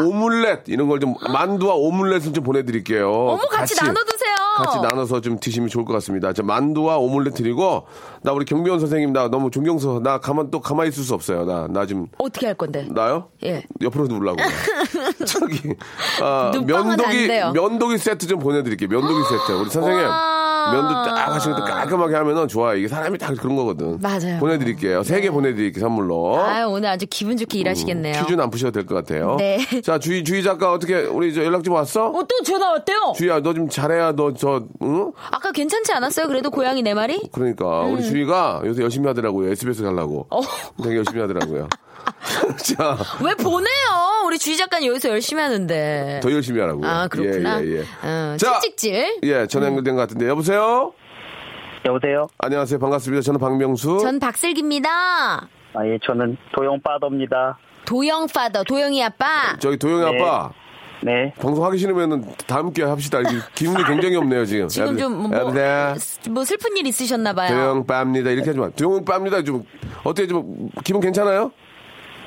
S3: 오믈렛 이런 걸 좀 만두와 오믈렛을 좀 보내드릴게요.
S5: 어머 같이, 나눠 드세요.
S3: 같이 나눠서 좀 드시면 좋을 것 같습니다. 저 만두와 오믈렛 드리고 나 우리 경비원 선생님 나 너무 존경스러워. 나 가만 또 가만히 있을 수 없어요. 나 나 좀
S5: 어떻게 할 건데?
S3: 나요?
S5: 예.
S3: 옆으로
S5: <laughs>
S3: 누르려고. 저기, 아,
S5: 눈빵은 안
S3: 면도기,
S5: 돼요.
S3: 면도기 세트 좀 보내드릴게요. 면도기 세트. 우리 선생님,
S5: 우와.
S3: 면도 딱 하시고 또 깔끔하게 하면은 좋아요. 이게 사람이 다 그런 거거든.
S5: 맞아요. 네.
S3: 보내드릴게요. 세 개 보내드릴게요, 선물로.
S5: 아유 오늘 아주 기분
S3: 음,
S5: 좋게 일하시겠네요.
S3: 퀴즈는 안 푸셔도 될 것 같아요.
S5: 네.
S3: 자, 주희, 주희 작가 어떻게, 우리 저 연락 좀 왔어?
S5: 어, 또 전화 왔대요.
S3: 주희야, 너 좀 잘해야 너 저, 응?
S5: 아까 괜찮지 않았어요? 그래도 고양이 네 내 말이?
S3: 그러니까 우리 주희가 요새 열심히 하더라고요. SBS 가려고.
S5: 음. 어.
S3: 되게 열심히 하더라고요. <laughs> 자,
S5: 왜 보내요? 우리 주희 작가는 여기서 열심히 하는데.
S3: 더 열심히 하라고요.
S5: 아 그렇구나.
S3: 예, 예, 예.
S5: 어,
S3: 자,
S5: 찍찍질.
S3: 예, 전화 연결된 것 같은데 여보세요.
S6: 여보세요?
S3: 안녕하세요, 반갑습니다. 저는 박명수.
S5: 전 박슬기입니다.
S6: 아, 예, 저는 도영빠더입니다.
S5: 도영 파더, 도영이 아빠.
S3: 저기 도영이
S6: 네.
S3: 아빠
S6: 네.
S3: 방송하기 싫으면은 다음 기회 합시다. 이게 기분이 굉장히 없네요 지금.
S5: 지금
S3: 여보세요?
S5: 좀 뭐
S3: 여보세요.
S5: 뭐 슬픈 일 있으셨나 봐요.
S3: 도영 빠입니다. 이렇게 하지 마. 도영 빠입니다. 좀 어때요? 좀 기분 괜찮아요?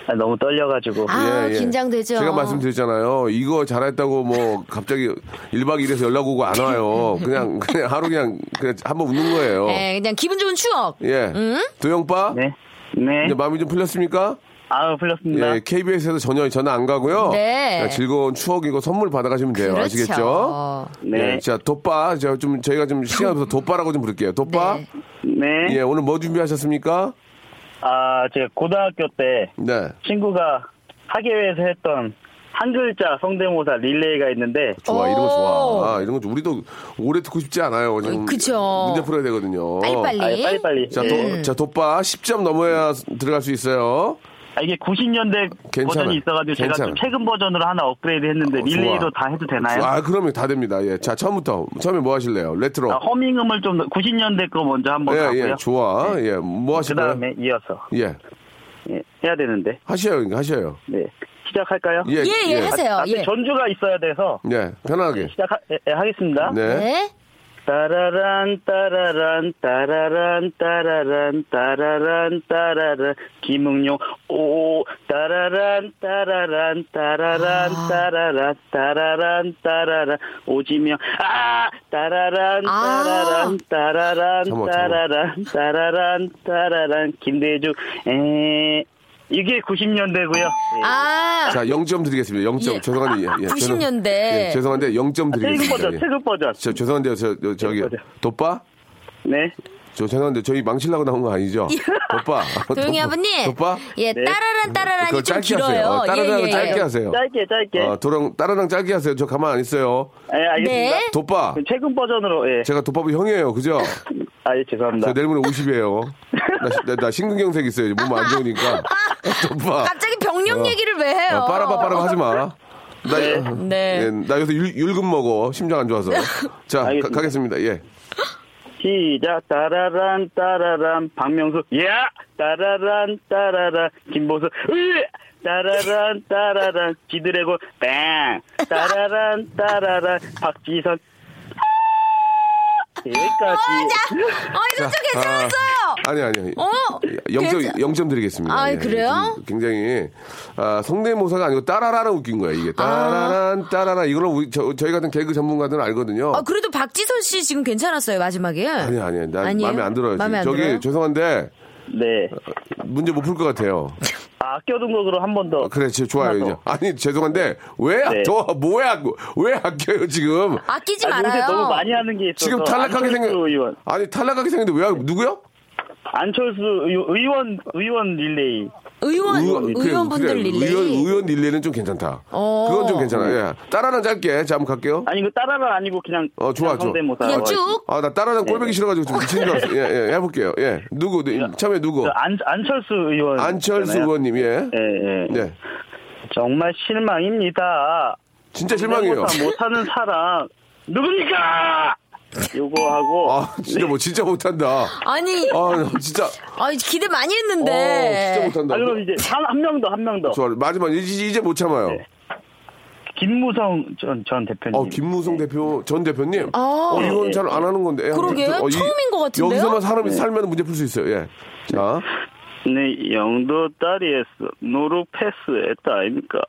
S6: 아, 너무 떨려가지고.
S5: 아 긴장되죠.
S3: 예, 제가 말씀드렸잖아요. 이거 잘했다고 뭐 갑자기 1박 2일에서 연락 오고 안 와요. 그냥 그냥 하루 그냥 그냥 한번 웃는 거예요.
S5: 예, 그냥 기분 좋은 추억.
S3: 예. 도영 빠.
S6: 네. 네.
S3: 이제 마음이 좀 풀렸습니까?
S6: 아, 풀렸습니다.
S3: 예, KBS에서 전혀 전화 안 가고요.
S5: 네.
S3: 예, 즐거운 추억이고 선물 받아가시면 돼요.
S5: 그렇죠.
S3: 아시겠죠?
S6: 네.
S3: 예, 자, 돗바. 제가 좀, 저희가 좀 시간 없어서 돗바라고 좀 부를게요. 돗바.
S5: 네.
S6: 네.
S3: 예, 오늘 뭐 준비하셨습니까?
S6: 아, 제가 고등학교 때
S3: 네.
S6: 친구가 학예회에서 했던 한 글자 성대모사 릴레이가 있는데
S3: 좋아, 이런 거
S5: 오. 음,
S3: 좋아. 아, 이런 거 좀 우리도 오래 듣고 싶지 않아요. 지금
S5: 그쵸.
S3: 문제 풀어야 되거든요.
S7: 예,
S5: 빨리빨리. 네.
S6: 아, 빨리빨리.
S3: 자,
S6: 예.
S3: 도, 자, 돗바 10점 넘어야 들어갈 수 있어요.
S7: 아, 이게 90년대
S3: 괜찮아요.
S7: 버전이 있어가지고 제가
S3: 괜찮아요. 어,
S7: 좀 최근 버전으로 하나 업그레이드 했는데 네, 릴레이로 다 해도 되나요?
S3: 아, 그러면 다 됩니다. 예. 자, 처음부터. 처음에 뭐 하실래요? 레트로.
S7: 아, 뭐 허밍음을 좀 90년대 거 먼저 한번
S3: 예,
S7: 가고요.
S3: 예. 좋아. 예. 뭐
S7: 그
S3: 하실래요?
S7: 다음에 이어서
S3: 예.
S7: 예, 해야 되는데
S3: 하셔요. 그러니까 하셔요.
S7: 네 시작할까요?
S3: 예.
S5: 예, 예, 하세요.
S7: 앞에
S5: 예.
S7: 아, 전주가 있어야 돼서
S3: 예.
S7: 예,
S3: 편하게.
S7: 시작하겠습니다.
S3: 네.
S5: 네.
S7: 따라란 따라란 따라란 따라란 따라란 따라란 김응용 오 따라란 따라란 따라란
S5: 아.
S7: 따라란 따라란 따라란 오지명 아 따라란
S5: 아.
S7: 따라란 따라란
S3: 잠깐만,
S7: 따라란 따라란 따라란 김대중 에 이게 90년대고요.
S5: 아,
S3: 자, 0점 드리겠습니다. 0점.
S5: 예.
S3: 죄송한데. 예, 예. 죄송-
S5: 90년대.
S3: 예, 죄송한데 0점
S7: 최근
S3: 드리겠습니다.
S7: 버전
S3: 예.
S7: 최근 버전
S3: 저, 죄송한데요. 저, 저, 저기.
S7: 맞아요.
S3: 도빠? 예.
S7: 네
S3: 저 죄송한데 저희 망치려고 나온 거 아니죠? 도빠.
S5: <laughs> 도영이
S3: 도빠?
S5: 예. 아버님.
S3: 도빠?
S5: 예,
S7: 네.
S5: 따라란 따라란이
S3: 뭐, 그거
S5: 좀
S3: 짧게
S5: 길어요.
S3: 하세요. 어, 따라랑
S5: 예, 예,
S3: 짧게
S5: 예.
S3: 하세요.
S7: 짧게 짧게
S3: 어, 도랑 따라랑 짧게 하세요. 저 가만 안 있어요.
S7: 예 알겠습니다.
S5: 네.
S3: 도빠.
S7: 그럼 최근 버전으로 예.
S3: 제가 도빠부 형이에요. 그죠?
S7: 아, 예, 죄송합니다.
S3: 저 내일모레 50이에요. 나, 시- 나, 나 심근경색 있어요. 몸 안
S5: <laughs>
S3: 좋으니까. 도빠.
S5: 갑자기 병력
S3: 어.
S5: 얘기를 왜 해요?
S3: 어, 빠라바 빠라바 하지 마. 나,
S5: 네.
S3: 예, 나 요새 율, 금 먹어. 심장 안 좋아서. 자, 가,
S7: 알겠습니다.
S3: 가겠습니다. 예.
S7: 시작. 따라란, 따라란, 박명수, 야! 따라란, 따라란, 김보수, 으! 따라란, 따라란, 지드래곤, 뺑! 따라란, 따라란,
S5: <laughs>
S7: 박지선, 여기까지.
S5: 어, 이
S3: 자,
S5: 거좀 괜찮았어요.
S3: 아니, 아니.
S5: 어? 괜찮-
S3: 0점, 영점 드리겠습니다.
S5: 아이, 그래요?
S3: 좀 굉장히, 아, 성대모사가 아니고 따라라라 웃긴 거예요,
S5: 아.
S3: 이게. 따라란, 따라라. 이거는 우리, 저, 저희 같은 개그 전문가들은 알거든요.
S5: 아, 그래도 박지선 씨 지금 괜찮았어요, 마지막에.
S3: 아니, 아니. 나
S5: 아니에요?
S3: 마음에 안 들어요.
S5: 마음에 안
S3: 저기,
S5: 들어요?
S3: 죄송한데,
S7: 네.
S3: 문제 못 풀 것 같아요.
S7: 아, 아껴둔 곡으로 한 번 더.
S3: 아, 그래, 지- 좋아요,
S7: 하나
S3: 이제.
S7: 더.
S3: 아니, 죄송한데, 왜,
S7: 네.
S3: 저, 뭐야, 아껴- 왜 아껴요, 지금?
S5: 아끼지
S7: 아, 요새
S5: 말아요.
S7: 너무 많이 하는 게 있어서.
S3: 지금 탈락하게 생겼,
S7: 안철수 의원.
S3: 아니, 탈락하게 생겼는데, 왜, 아- 누구요?
S7: 안철수 의- 의원, 의원 릴레이.
S5: 의원,
S3: 의원- 그래,
S5: 의원분들
S3: 그래,
S5: 릴레이.
S3: 의원, 의원 릴레이는 좀 괜찮다.
S5: 어.
S3: 그건 좀 괜찮아. 예. 따라는 짧게. 자, 한번 갈게요.
S7: 아니, 이거 따라가 아니고 그냥.
S3: 어, 좋아,
S7: 그냥
S3: 좋아.
S7: 성대모사.
S5: 그냥
S3: 어,
S5: 쭉.
S3: 아, 나 따라는
S7: 예.
S3: 꼴보기 싫어가지고 좀 미친 줄 알았어. 예, 예, 해볼게요. 예. 누구, 누- 처음에 누구?
S7: 저그 안, 안철수 의원.
S3: 안철수
S7: 있잖아요.
S3: 의원님, 예.
S7: 예, 예.
S3: 네.
S7: 정말 실망입니다.
S3: 진짜 실망이에요.
S7: 성대모사 못하는 사람 누굽니까? 요거 하고
S3: 아, 진짜 뭐, 진짜 못한다.
S5: 아니,
S3: 아, 나 진짜.
S5: 아, 기대 많이
S3: 어, 진짜
S5: 했는데.
S3: 못한다.
S7: 아, 그럼 이제 한 명 더 한 명 더.
S3: 좋아. 마지막, 이제, 이제 못 참아요.
S7: 네. 김무성 전, 전 대표님.
S3: 어, 김무성 대표, 전 대표님.
S5: 네. 아.
S3: 어, 이건 잘 안 하는 건데. 예,
S5: 그러게요.
S3: 아무튼, 어, 이-
S5: 처음인 것 같은데요? 네.
S3: 여기서만 사람이 살면 문제 풀 수 있어요. 예. 자.
S7: 네, 영도 딸이에서 노루 패스했다 아닙니까?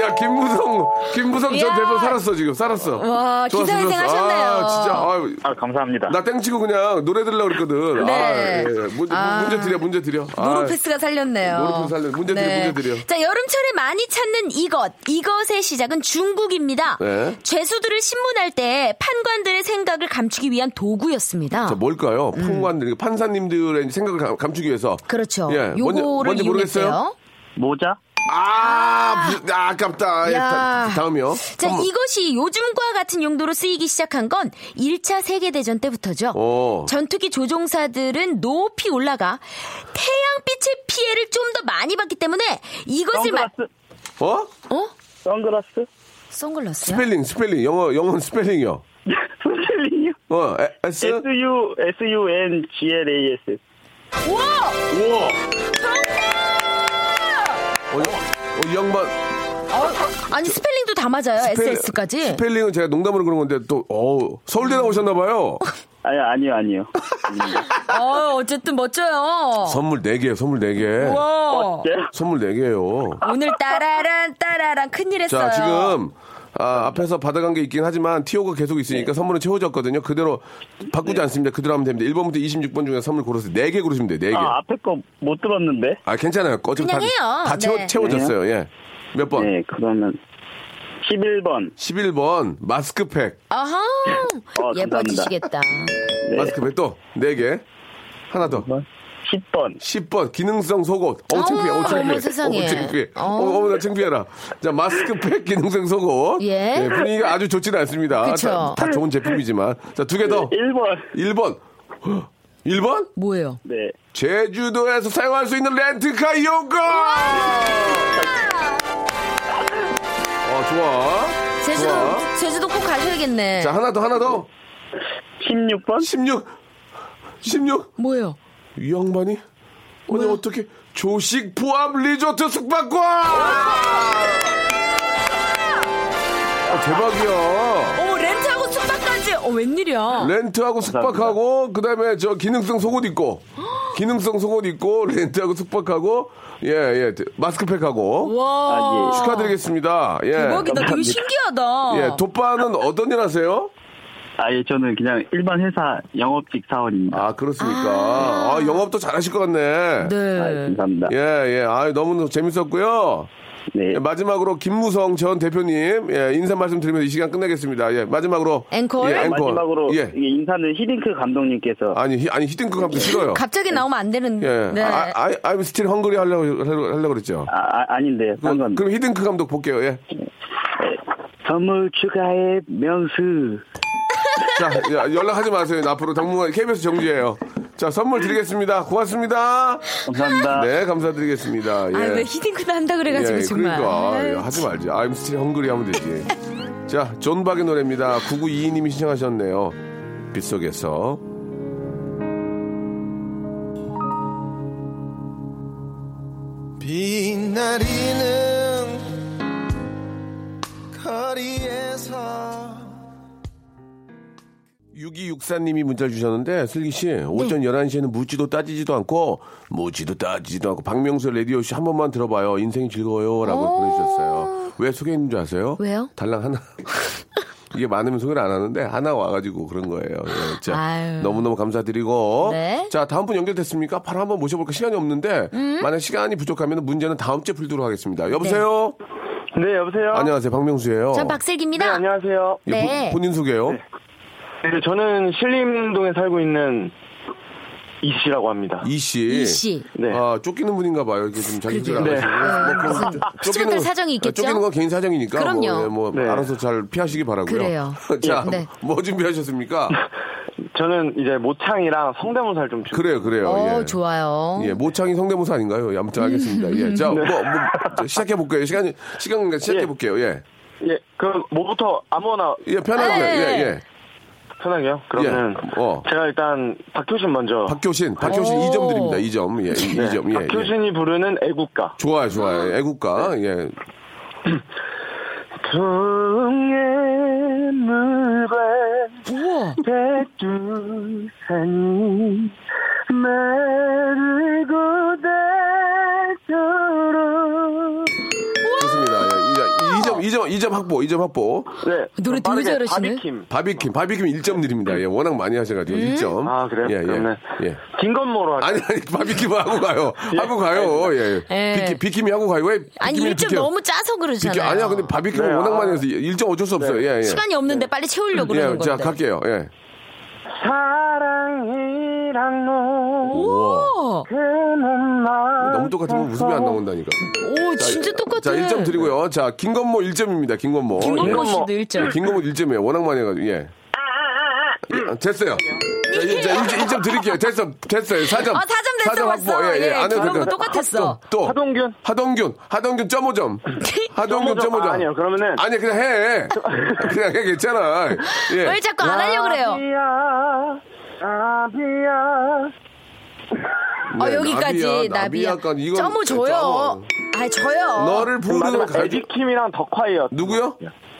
S3: 야 김무성 김무성 전
S5: 야.
S3: 대표 살았어 지금 살았어.
S5: 와,
S3: 좋았어,
S5: 기사회생
S3: 좋았어.
S5: 하셨네요.
S3: 아, 진짜 아유,
S7: 아, 감사합니다.
S3: 나 땡치고 그냥 노래 들으려고 그랬거든.
S5: 네.
S3: 아, 예, 예. 문제,
S5: 아.
S3: 문제 드려 문제 드려. 아,
S5: 노르패스가 살렸네요.
S3: 노르패스 살렸- 문제 드려, 문제 드려.
S5: 자, 여름철에 많이 찾는 이것. 이것의 시작은 중국입니다.
S3: 네.
S5: 죄수들을 신문할 때 판관들의 생각을 감추기 위한 도구였습니다.
S3: 자 뭐- 뭘까요? 판관들 판사님들의 생각을 감- 감추기 위해서.
S5: 음. 그렇죠.
S3: 예,
S5: 요거를
S3: 뭔지- 뭔지 모르겠어요?
S5: 이용했어요.
S7: 모자?
S3: 아, 부- 아 아깝다. 예,
S5: 야.
S3: 다, 다음이요.
S5: 자,
S3: 한번-
S5: 이것이 요즘과 같은 용도로 쓰이기 시작한 건 1차 세계대전 때부터죠.
S3: 오.
S5: 전투기 조종사들은 높이 올라가 태양빛의 피해를 좀 더 많이 받기 때문에 이것을 마...
S7: 선글라스?
S3: 어?
S5: 어?
S7: 선글라스? <laughs>
S5: 선글라스요?
S3: 스펠링 스펠링 영어 영어 스펠링이요.
S7: 스펠링이요?
S3: 어 에- S
S7: S-U, S-U-N-G-L-A-S.
S5: 우와!
S3: 우와. 어, 어, 이 양반
S5: 아니 스펠링도 다 맞아요.
S3: 스펠-
S5: SS까지.
S3: 스펠링은 제가 농담으로 그런 건데 또 어우, 서울대 나오셨나 봐요.
S7: 아니, 아니요, 아니요.
S5: 어, 어쨌든 멋져요.
S3: 선물 4개예요. 선물 4개. 아,
S5: 와.
S7: 아,
S3: 선물 4개예요.
S5: 오늘 따라란 따라란 큰일 했어요.
S3: 자, 지금 아, 앞에서 받아간 게 있긴 하지만 티오가 계속
S5: 네.
S3: 있으니까 선물은 채워졌거든요. 그대로 바꾸지 않습니다. 그대로 하면 됩니다. 1번부터 26번 중에 선물 고르세요. 4개 고르시면 돼요. 4개.
S7: 아,
S3: 아,
S7: 앞에 거 못 들었는데?
S3: 괜찮아요. 어차피
S5: 그냥
S3: 다,
S5: 해요.
S3: 다 채워,
S5: 네.
S3: 채워졌어요. 예. 몇 번?
S7: 네, 그러면 11번.
S3: 11번 마스크팩.
S5: 아하.
S7: 어, 감사합니다.
S5: 예뻐지시겠다.
S7: 네.
S3: 마스크팩 또 4개. 하나 더.
S7: 10번.
S3: 10번 기능성 속옷. 어
S5: 어머,
S3: 창피해. 어 창피해.
S5: 아, 어머, 세상에.
S3: 어 창피해.
S5: 어.
S3: 어, 머나 창피해라. 자 마스크팩 기능성 속옷.
S5: 예.
S3: 네, 분위기가 아주 좋지는 않습니다.
S5: 그쵸.
S3: 다, 다 좋은 제품이지만. 자 두 개 더.
S7: 1번.
S3: 1번. 1번?
S5: 뭐예요?
S7: 네.
S3: 제주도에서 사용할 수 있는 렌트카 이용권! 어, 좋아.
S5: 제주도
S3: 좋아.
S5: 제주도 꼭 가셔야겠네.
S3: 자, 하나 더, 하나 더.
S7: 16번?
S3: 16. 16.
S5: 뭐예요?
S3: 이 양반이? 아니, 어떻게. 조식 포함 리조트 숙박권! 아, 대박이야.
S5: 어 렌트하고 숙박까지. 어 웬일이야?
S3: 렌트하고 숙박하고, 그 다음에 저 기능성 속옷 입고, 기능성 속옷 입고, 렌트하고 숙박하고, 예, 예, 마스크팩하고.
S5: 와.
S7: 아, 예.
S3: 축하드리겠습니다. 예.
S5: 대박이다. 되게
S7: 감사합니다.
S5: 신기하다.
S3: 예, 도빠는 어떤 일 하세요?
S7: 아, 예, 저는 그냥 일반 회사 영업직 사원입니다.
S3: 아, 그렇습니까. 아, 영업도 잘하실 것 같네.
S5: 네.
S7: 아, 예, 감사합니다.
S3: 예, 예. 아, 너무 재밌었고요.
S7: 네.
S3: 예, 마지막으로 김무성 전 대표님 예, 인사 말씀드리면서 이 시간 끝내겠습니다. 예, 마지막으로
S5: 앵콜?
S3: 예, 앵콜.
S7: 마지막으로
S3: 예.
S7: 예, 인사는 히딩크 감독님께서
S3: 아니, 히, 아니 히딩크 감독 싫어요.
S5: 갑자기 나오면 안 되는데.
S3: 예.
S5: 네.
S3: 아, 아, I'm still hungry 하려고 하려고, 하려고 그랬죠.
S7: 아, 아 아닌데
S3: 그럼,
S7: 딴 건.
S3: 그럼 히딩크 감독 볼게요. 예.
S7: 선물 추가의 명수.
S3: 자, 야, 연락하지 마세요. 앞으로 당분간 KBS 정지예요. 자, 선물 드리겠습니다. 고맙습니다.
S7: 감사합니다.
S3: 네, 감사드리겠습니다. 예.
S5: 아, 왜 히딩크도 한다 그래가지고
S3: 예,
S5: 정말. 네.
S3: 그러니까
S5: 아이,
S3: 예, 하지 말지. I'm still hungry 하면 되지. 자, 존 박의 노래입니다. 9922님이 신청하셨네요. 빗속에서.
S10: 빛나리는 거리에서
S3: 6264님이 문자를 주셨는데 슬기 씨 오전 11시에는 묻지도 따지지도 않고 묻지도 따지지도 않고 박명수 라디오 씨 한 번만 들어봐요. 인생이 즐거워요라고
S5: 오.
S3: 보내주셨어요. 왜 소개했는 줄 아세요?
S5: 왜요?
S3: 달랑 하나. 이게 많으면 소개를 안 하는데 하나 와가지고 그런 거예요. 예, 자,
S5: 아유.
S3: 너무너무 감사드리고
S5: 네.
S3: 자 다음 분 연결됐습니까? 바로 한번 모셔볼까 시간이 없는데
S5: 음?
S3: 만약 시간이 부족하면 문제는 다음 주에 풀도록 하겠습니다. 여보세요.
S7: 네, 여보세요.
S3: 안녕하세요, 박명수예요.
S5: 전 박슬기입니다.
S7: 네, 안녕하세요. 네, 그
S3: 예, 본-
S5: 네.
S3: 본인 소개요.
S7: 저는 신림동에 살고 있는 이 씨라고 합니다.
S3: 이 씨.
S5: 이 씨.
S7: 네.
S3: 아, 쫓기는 분인가 봐요. 이렇게 좀 자기 뭐 줄
S5: 그러게요. 네.
S3: 알아서.
S5: 무슨 피지백할 사정이 있겠죠?
S3: 아, 쫓기는 건 개인 사정이니까.
S5: 그럼요.
S3: 뭐, 예, 뭐
S7: 네.
S3: 알아서 잘 피하시기 바라고요.
S5: 그래요.
S3: <laughs> 자,
S5: 네.
S3: 뭐 준비하셨습니까?
S7: 저는 이제 모창이랑 성대모사를 좀 주...
S3: 그래요, 그래요.
S5: 어,
S3: 예.
S5: 좋아요.
S3: 예, 모창이 성대모사 아닌가요? 예, 아무튼 알겠습니다. 예, 자, 뭐, 시작해 볼까요? 시간 시간 시작해 볼게요. 예,
S7: 예, 그럼 뭐부터 아무거나
S3: 예, 편하게,
S5: 네.
S3: 예, 예.
S7: 편하게요. 그러면
S3: 예, 어.
S7: 제가 일단 박효신 먼저. 네,
S3: 박효신, 박효신
S5: 오.
S3: 2점 드립니다. 2점, 예, 2점, 예, 예.
S7: 박효신이 부르는 애국가.
S3: 좋아요, 좋아요. 애국가, 예,
S7: 동해 물과
S5: 우와.
S7: 백두산이 마르고 닳도록
S3: 좋습니다. 예, 2점, 2점, 2점 확보, 2점 확보.
S7: 네,
S3: 그
S5: 노래 되게
S7: 빠르게
S5: 잘하시네.
S7: 바비킴
S3: 바비킴, 바비킴 1점 드립니다. 예, 워낙 많이 하셔가지고 1점.
S7: 아 그래요?
S3: 예,
S7: 그러면
S3: 예. 예.
S7: 김건모로 할게요
S3: 아니, 아니, 바비킴 하고 가요. 하고 가요. 예.
S5: 예.
S3: 비킴, 비킴이 하고 가요. 왜?
S5: 아니,
S3: 비킴이를
S5: 1점
S3: 비켜?
S5: 너무 짜서 그러잖아요.
S3: 비킴, 아니야, 근데 바비킴은
S7: 네,
S3: 워낙
S7: 아.
S3: 많이 해서 1점 어쩔 수 없어요. 예, 예.
S5: 시간이 없는데 빨리 채우려고
S3: 예,
S5: 그러는 건데.
S3: 자, 갈게요. 예.
S7: 사랑이란 놈
S5: 우와.
S7: 그는 나
S3: 너무 똑같은 건 웃음이 안 나온다니까.
S5: 오, 진짜 똑같아.
S3: 자, 1점 드리고요. 자, 김건모 1점입니다. 김건모.
S5: 김건모
S3: 예.
S5: 씨도 1점.
S3: 김건모 1점이에요. 워낙 많이 해가지고, 예. 예, 됐어요. 자, 일- 자 1점, 드릴게요. 됐어, 됐어요. 4점.
S5: 어, 4점 됐어, 벌써. 예, 김건모 똑같았어.
S3: 또.
S7: 하동균
S3: 하동균, 하동균 점오점 하동균 점오점
S7: 아, 아니요 그러면은
S3: 아니 그냥 해. 그냥 해 괜찮아. 예.
S5: <laughs> 왜 자꾸 안 하려고 그래요?
S7: 아비야 아비야
S5: 어, 여기까지,
S3: 네, 나비야,
S5: 나비야.
S3: 약간 이건
S5: 점오 줘요. 아, 줘요.
S3: 너를 부르는
S7: 마지막
S3: 가족.
S7: 그 에디킴이랑 더 콰이엇
S3: 누구요?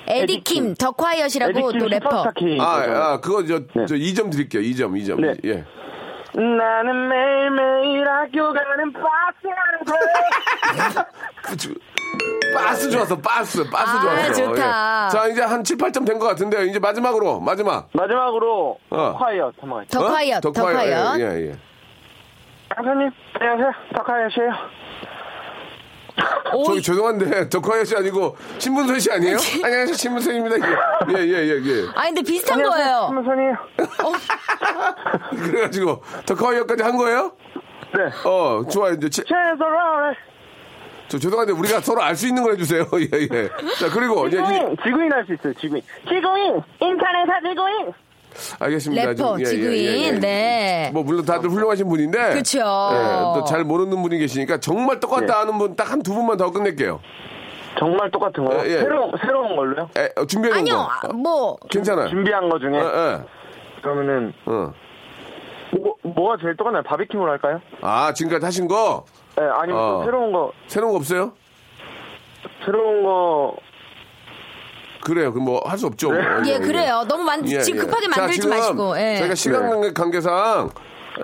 S5: 에디킴, 더 콰이엇이라고
S7: 에디킴
S5: 또 래퍼.
S7: 슈퍼스타 K
S3: 아, 아 그거 저, 저 2점 드릴게요. 2점, 2점.
S7: 네.
S3: 예.
S7: 나는 매일매일 학교 가는
S3: <laughs>
S7: 버스인데
S3: 그치. 빠스 좋았어, 빠스, 빠스
S5: 아,
S3: 좋았어.
S5: 좋다.
S3: 예. 자, 이제 한 7, 8점 된 것 같은데요. 이제 마지막으로, 마지막.
S7: 마지막으로
S3: 어.
S7: 콰이엇 한번 갈게요 아,
S5: 더
S3: 어?
S5: 콰이엇, 더 콰이엇.
S3: 예, 예, 예.
S7: 선생님 안녕하세요 더 콰이엇이에요
S5: 오,
S3: 저기 죄송한데, 더 콰이엇이 아니고, 신문선 씨 아니에요? 안녕하세요, 신문선입니다. 예, 예, 예, 예.
S5: 아, 근데 비슷한 거예요.
S7: 신문선이에요
S3: 그래가지고 더 커이어까지 한 거예요?
S7: 네
S3: 어 좋아요 이제 치-
S7: 최소라
S3: 저 죄송한데 우리가 서로 알 수 있는 걸 해주세요 <laughs> 예, 예예 자 그리고 이제
S7: 네, 지구인 지구인 할 수 있어요 지구인 지구인 인터넷사 지구인
S3: 알겠습니다.
S5: 래퍼,
S3: 좀, 예, 예,
S5: 지구인.
S3: 예, 예.
S5: 네.
S3: 뭐 물론 다들 훌륭하신 분인데 예,
S5: 그쵸.
S3: 또잘 모르는 분이 계시니까 정말 똑같다
S7: 네.
S3: 하는 분 딱 한 두 분만 더 끝낼게요.
S7: 정말 똑같은 거요?
S3: 예, 예.
S7: 새로운 새로운 걸로요?
S3: 에, 어, 준비해 놓은
S5: 아니요,
S3: 거.
S5: 아, 뭐.
S3: 괜찮아요.
S7: 준비한 거 중에
S3: 예, 예.
S7: 그러면은
S3: 어.
S7: 뭐, 뭐가 제일 똑같나요? 바비킴으로 할까요?
S3: 아, 지금까지 하신 거
S7: 예, 아니면
S3: 어.
S7: 또 새로운 거
S3: 새로운 거 없어요?
S7: 새로운 거
S3: 그래요. 그럼 뭐 할 수 없죠.
S7: 네.
S3: 뭐.
S5: 예, 그래요. 너무 만,
S3: 예,
S5: 지금
S3: 예.
S5: 급하게
S3: 자,
S5: 만들지
S3: 지금
S5: 마시고. 예.
S7: 네.
S3: 저희가 시간 관계상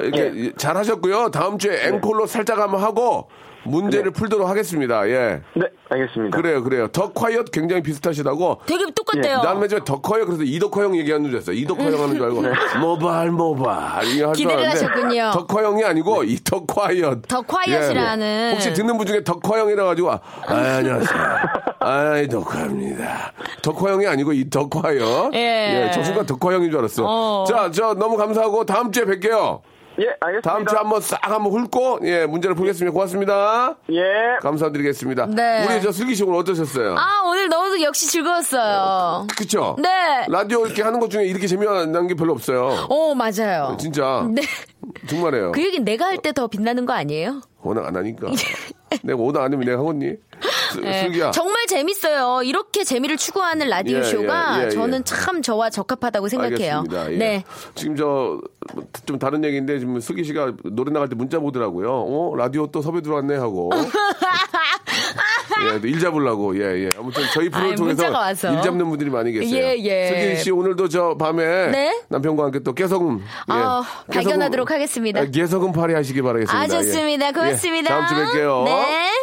S3: 이렇게 잘 하셨고요. 다음
S7: 네.
S3: 주에 앵콜로 살짝 한번 하고 문제를 풀도록 하겠습니다. 예.
S7: 네, 알겠습니다.
S3: 그래요, 그래요. 더 콰이엇 굉장히 비슷하시다고.
S5: 되게 똑같대요.
S3: 예, 난 마지막에 더 커요. 그래서 이덕화 형 얘기하는 줄 알았어요. 이덕화 형 하는 줄
S5: <laughs>
S3: 알고. 모발, 모발. 이거 할줄
S5: 기대를
S3: 알았는데
S5: 하셨군요.
S3: 덕화 형이 아니고 이 덕콰이엇.
S5: 덕콰이엇이라는.
S3: 뭐. 혹시 듣는 분 중에 덕화 형이라 가지고, 아, 안녕하세요. 아이, 덕화입니다. 덕화 형이 아니고 이 덕화요.
S5: 예.
S3: 저 순간 덕화 형인 줄 알았어.
S5: 어.
S3: 자, 저 너무 감사하고 다음 주에 뵐게요.
S7: 예, 알겠습니다.
S3: 다음 주에 한번 싹 한번 훑고, 예, 문제를 보겠습니다. 고맙습니다.
S7: 예.
S3: 감사드리겠습니다.
S5: 네.
S3: 우리 저 슬기 씨 오늘 어떠셨어요?
S5: 아, 오늘 너무 역시 즐거웠어요.
S3: 그쵸?
S5: 네.
S3: 라디오 이렇게 하는 것 중에 이렇게 재미난 게 별로 없어요.
S5: 오, 맞아요.
S3: 진짜.
S5: 네.
S3: 정말이에요.
S5: 그 얘기는 내가 할 때 더 빛나는 거 아니에요?
S3: 워낙 안
S5: <laughs>
S3: 하니까. 내가 워낙 안 하면 내가 하겠니? 슬-
S5: 예.
S3: 슬기야.
S5: 정말 재밌어요. 이렇게 재미를 추구하는 라디오
S3: 예,
S5: 쇼가
S3: 예, 예, 예.
S5: 저는 참 저와 적합하다고 생각해요.
S3: 알겠습니다. 예.
S5: 네.
S3: 지금 저 좀 다른 얘기인데 지금 슬기 씨가 노래 나갈 때 문자 보더라고요. 어 라디오 또 섭외 들어왔네
S5: <laughs>
S3: 하고. 예, 또일 잡으려고 예예. 아무튼 저희 프로를
S5: 아이,
S3: 통해서
S5: 문자가 와서.
S3: 일 잡는 분들이 많이 계세요.
S5: 예, 예.
S3: 슬기 씨 오늘도 저 밤에
S5: 네?
S3: 남편과 함께 또 깨소금 예.
S5: 아, 발견하도록 하겠습니다.
S3: 예, 깨소금 파리 하시기 바라겠습니다.
S5: 아, 좋습니다.
S3: 예.
S5: 고맙습니다.
S3: 예, 다음 주 뵐게요.
S5: 네.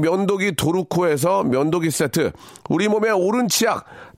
S3: 면도기 도루코에서 면도기 세트, 우리 몸의 오른 치약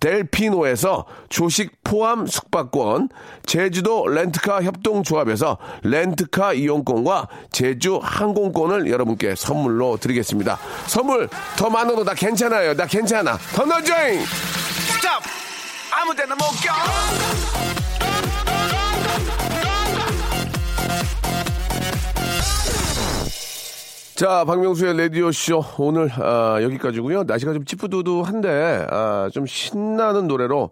S3: 델피노에서 조식 포함 숙박권, 제주도 렌트카 협동조합에서 렌트카 이용권과 제주 항공권을 여러분께 선물로 드리겠습니다. 선물 더 많아도 나 괜찮아요. 나 괜찮아. 더 넣어줘잉! 자, 박명수의 라디오쇼. 오늘, 아, 여기까지고요 날씨가 좀 찌뿌두두한데, 아, 좀 신나는 노래로,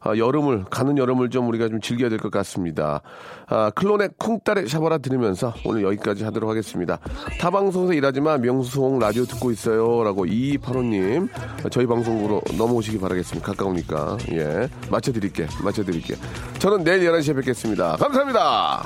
S3: 아, 여름을, 가는 여름을 좀 우리가 좀 즐겨야 될 것 같습니다. 아, 클론의 쿵따레 샤바라 들으면서 오늘 여기까지 하도록 하겠습니다. 타 방송에서 일하지만 명수홍 라디오 듣고 있어요. 라고 2285님, 저희 방송으로 넘어오시기 바라겠습니다. 가까우니까. 예. 맞춰드릴게. 맞춰드릴게. 저는 내일 11시에 뵙겠습니다. 감사합니다.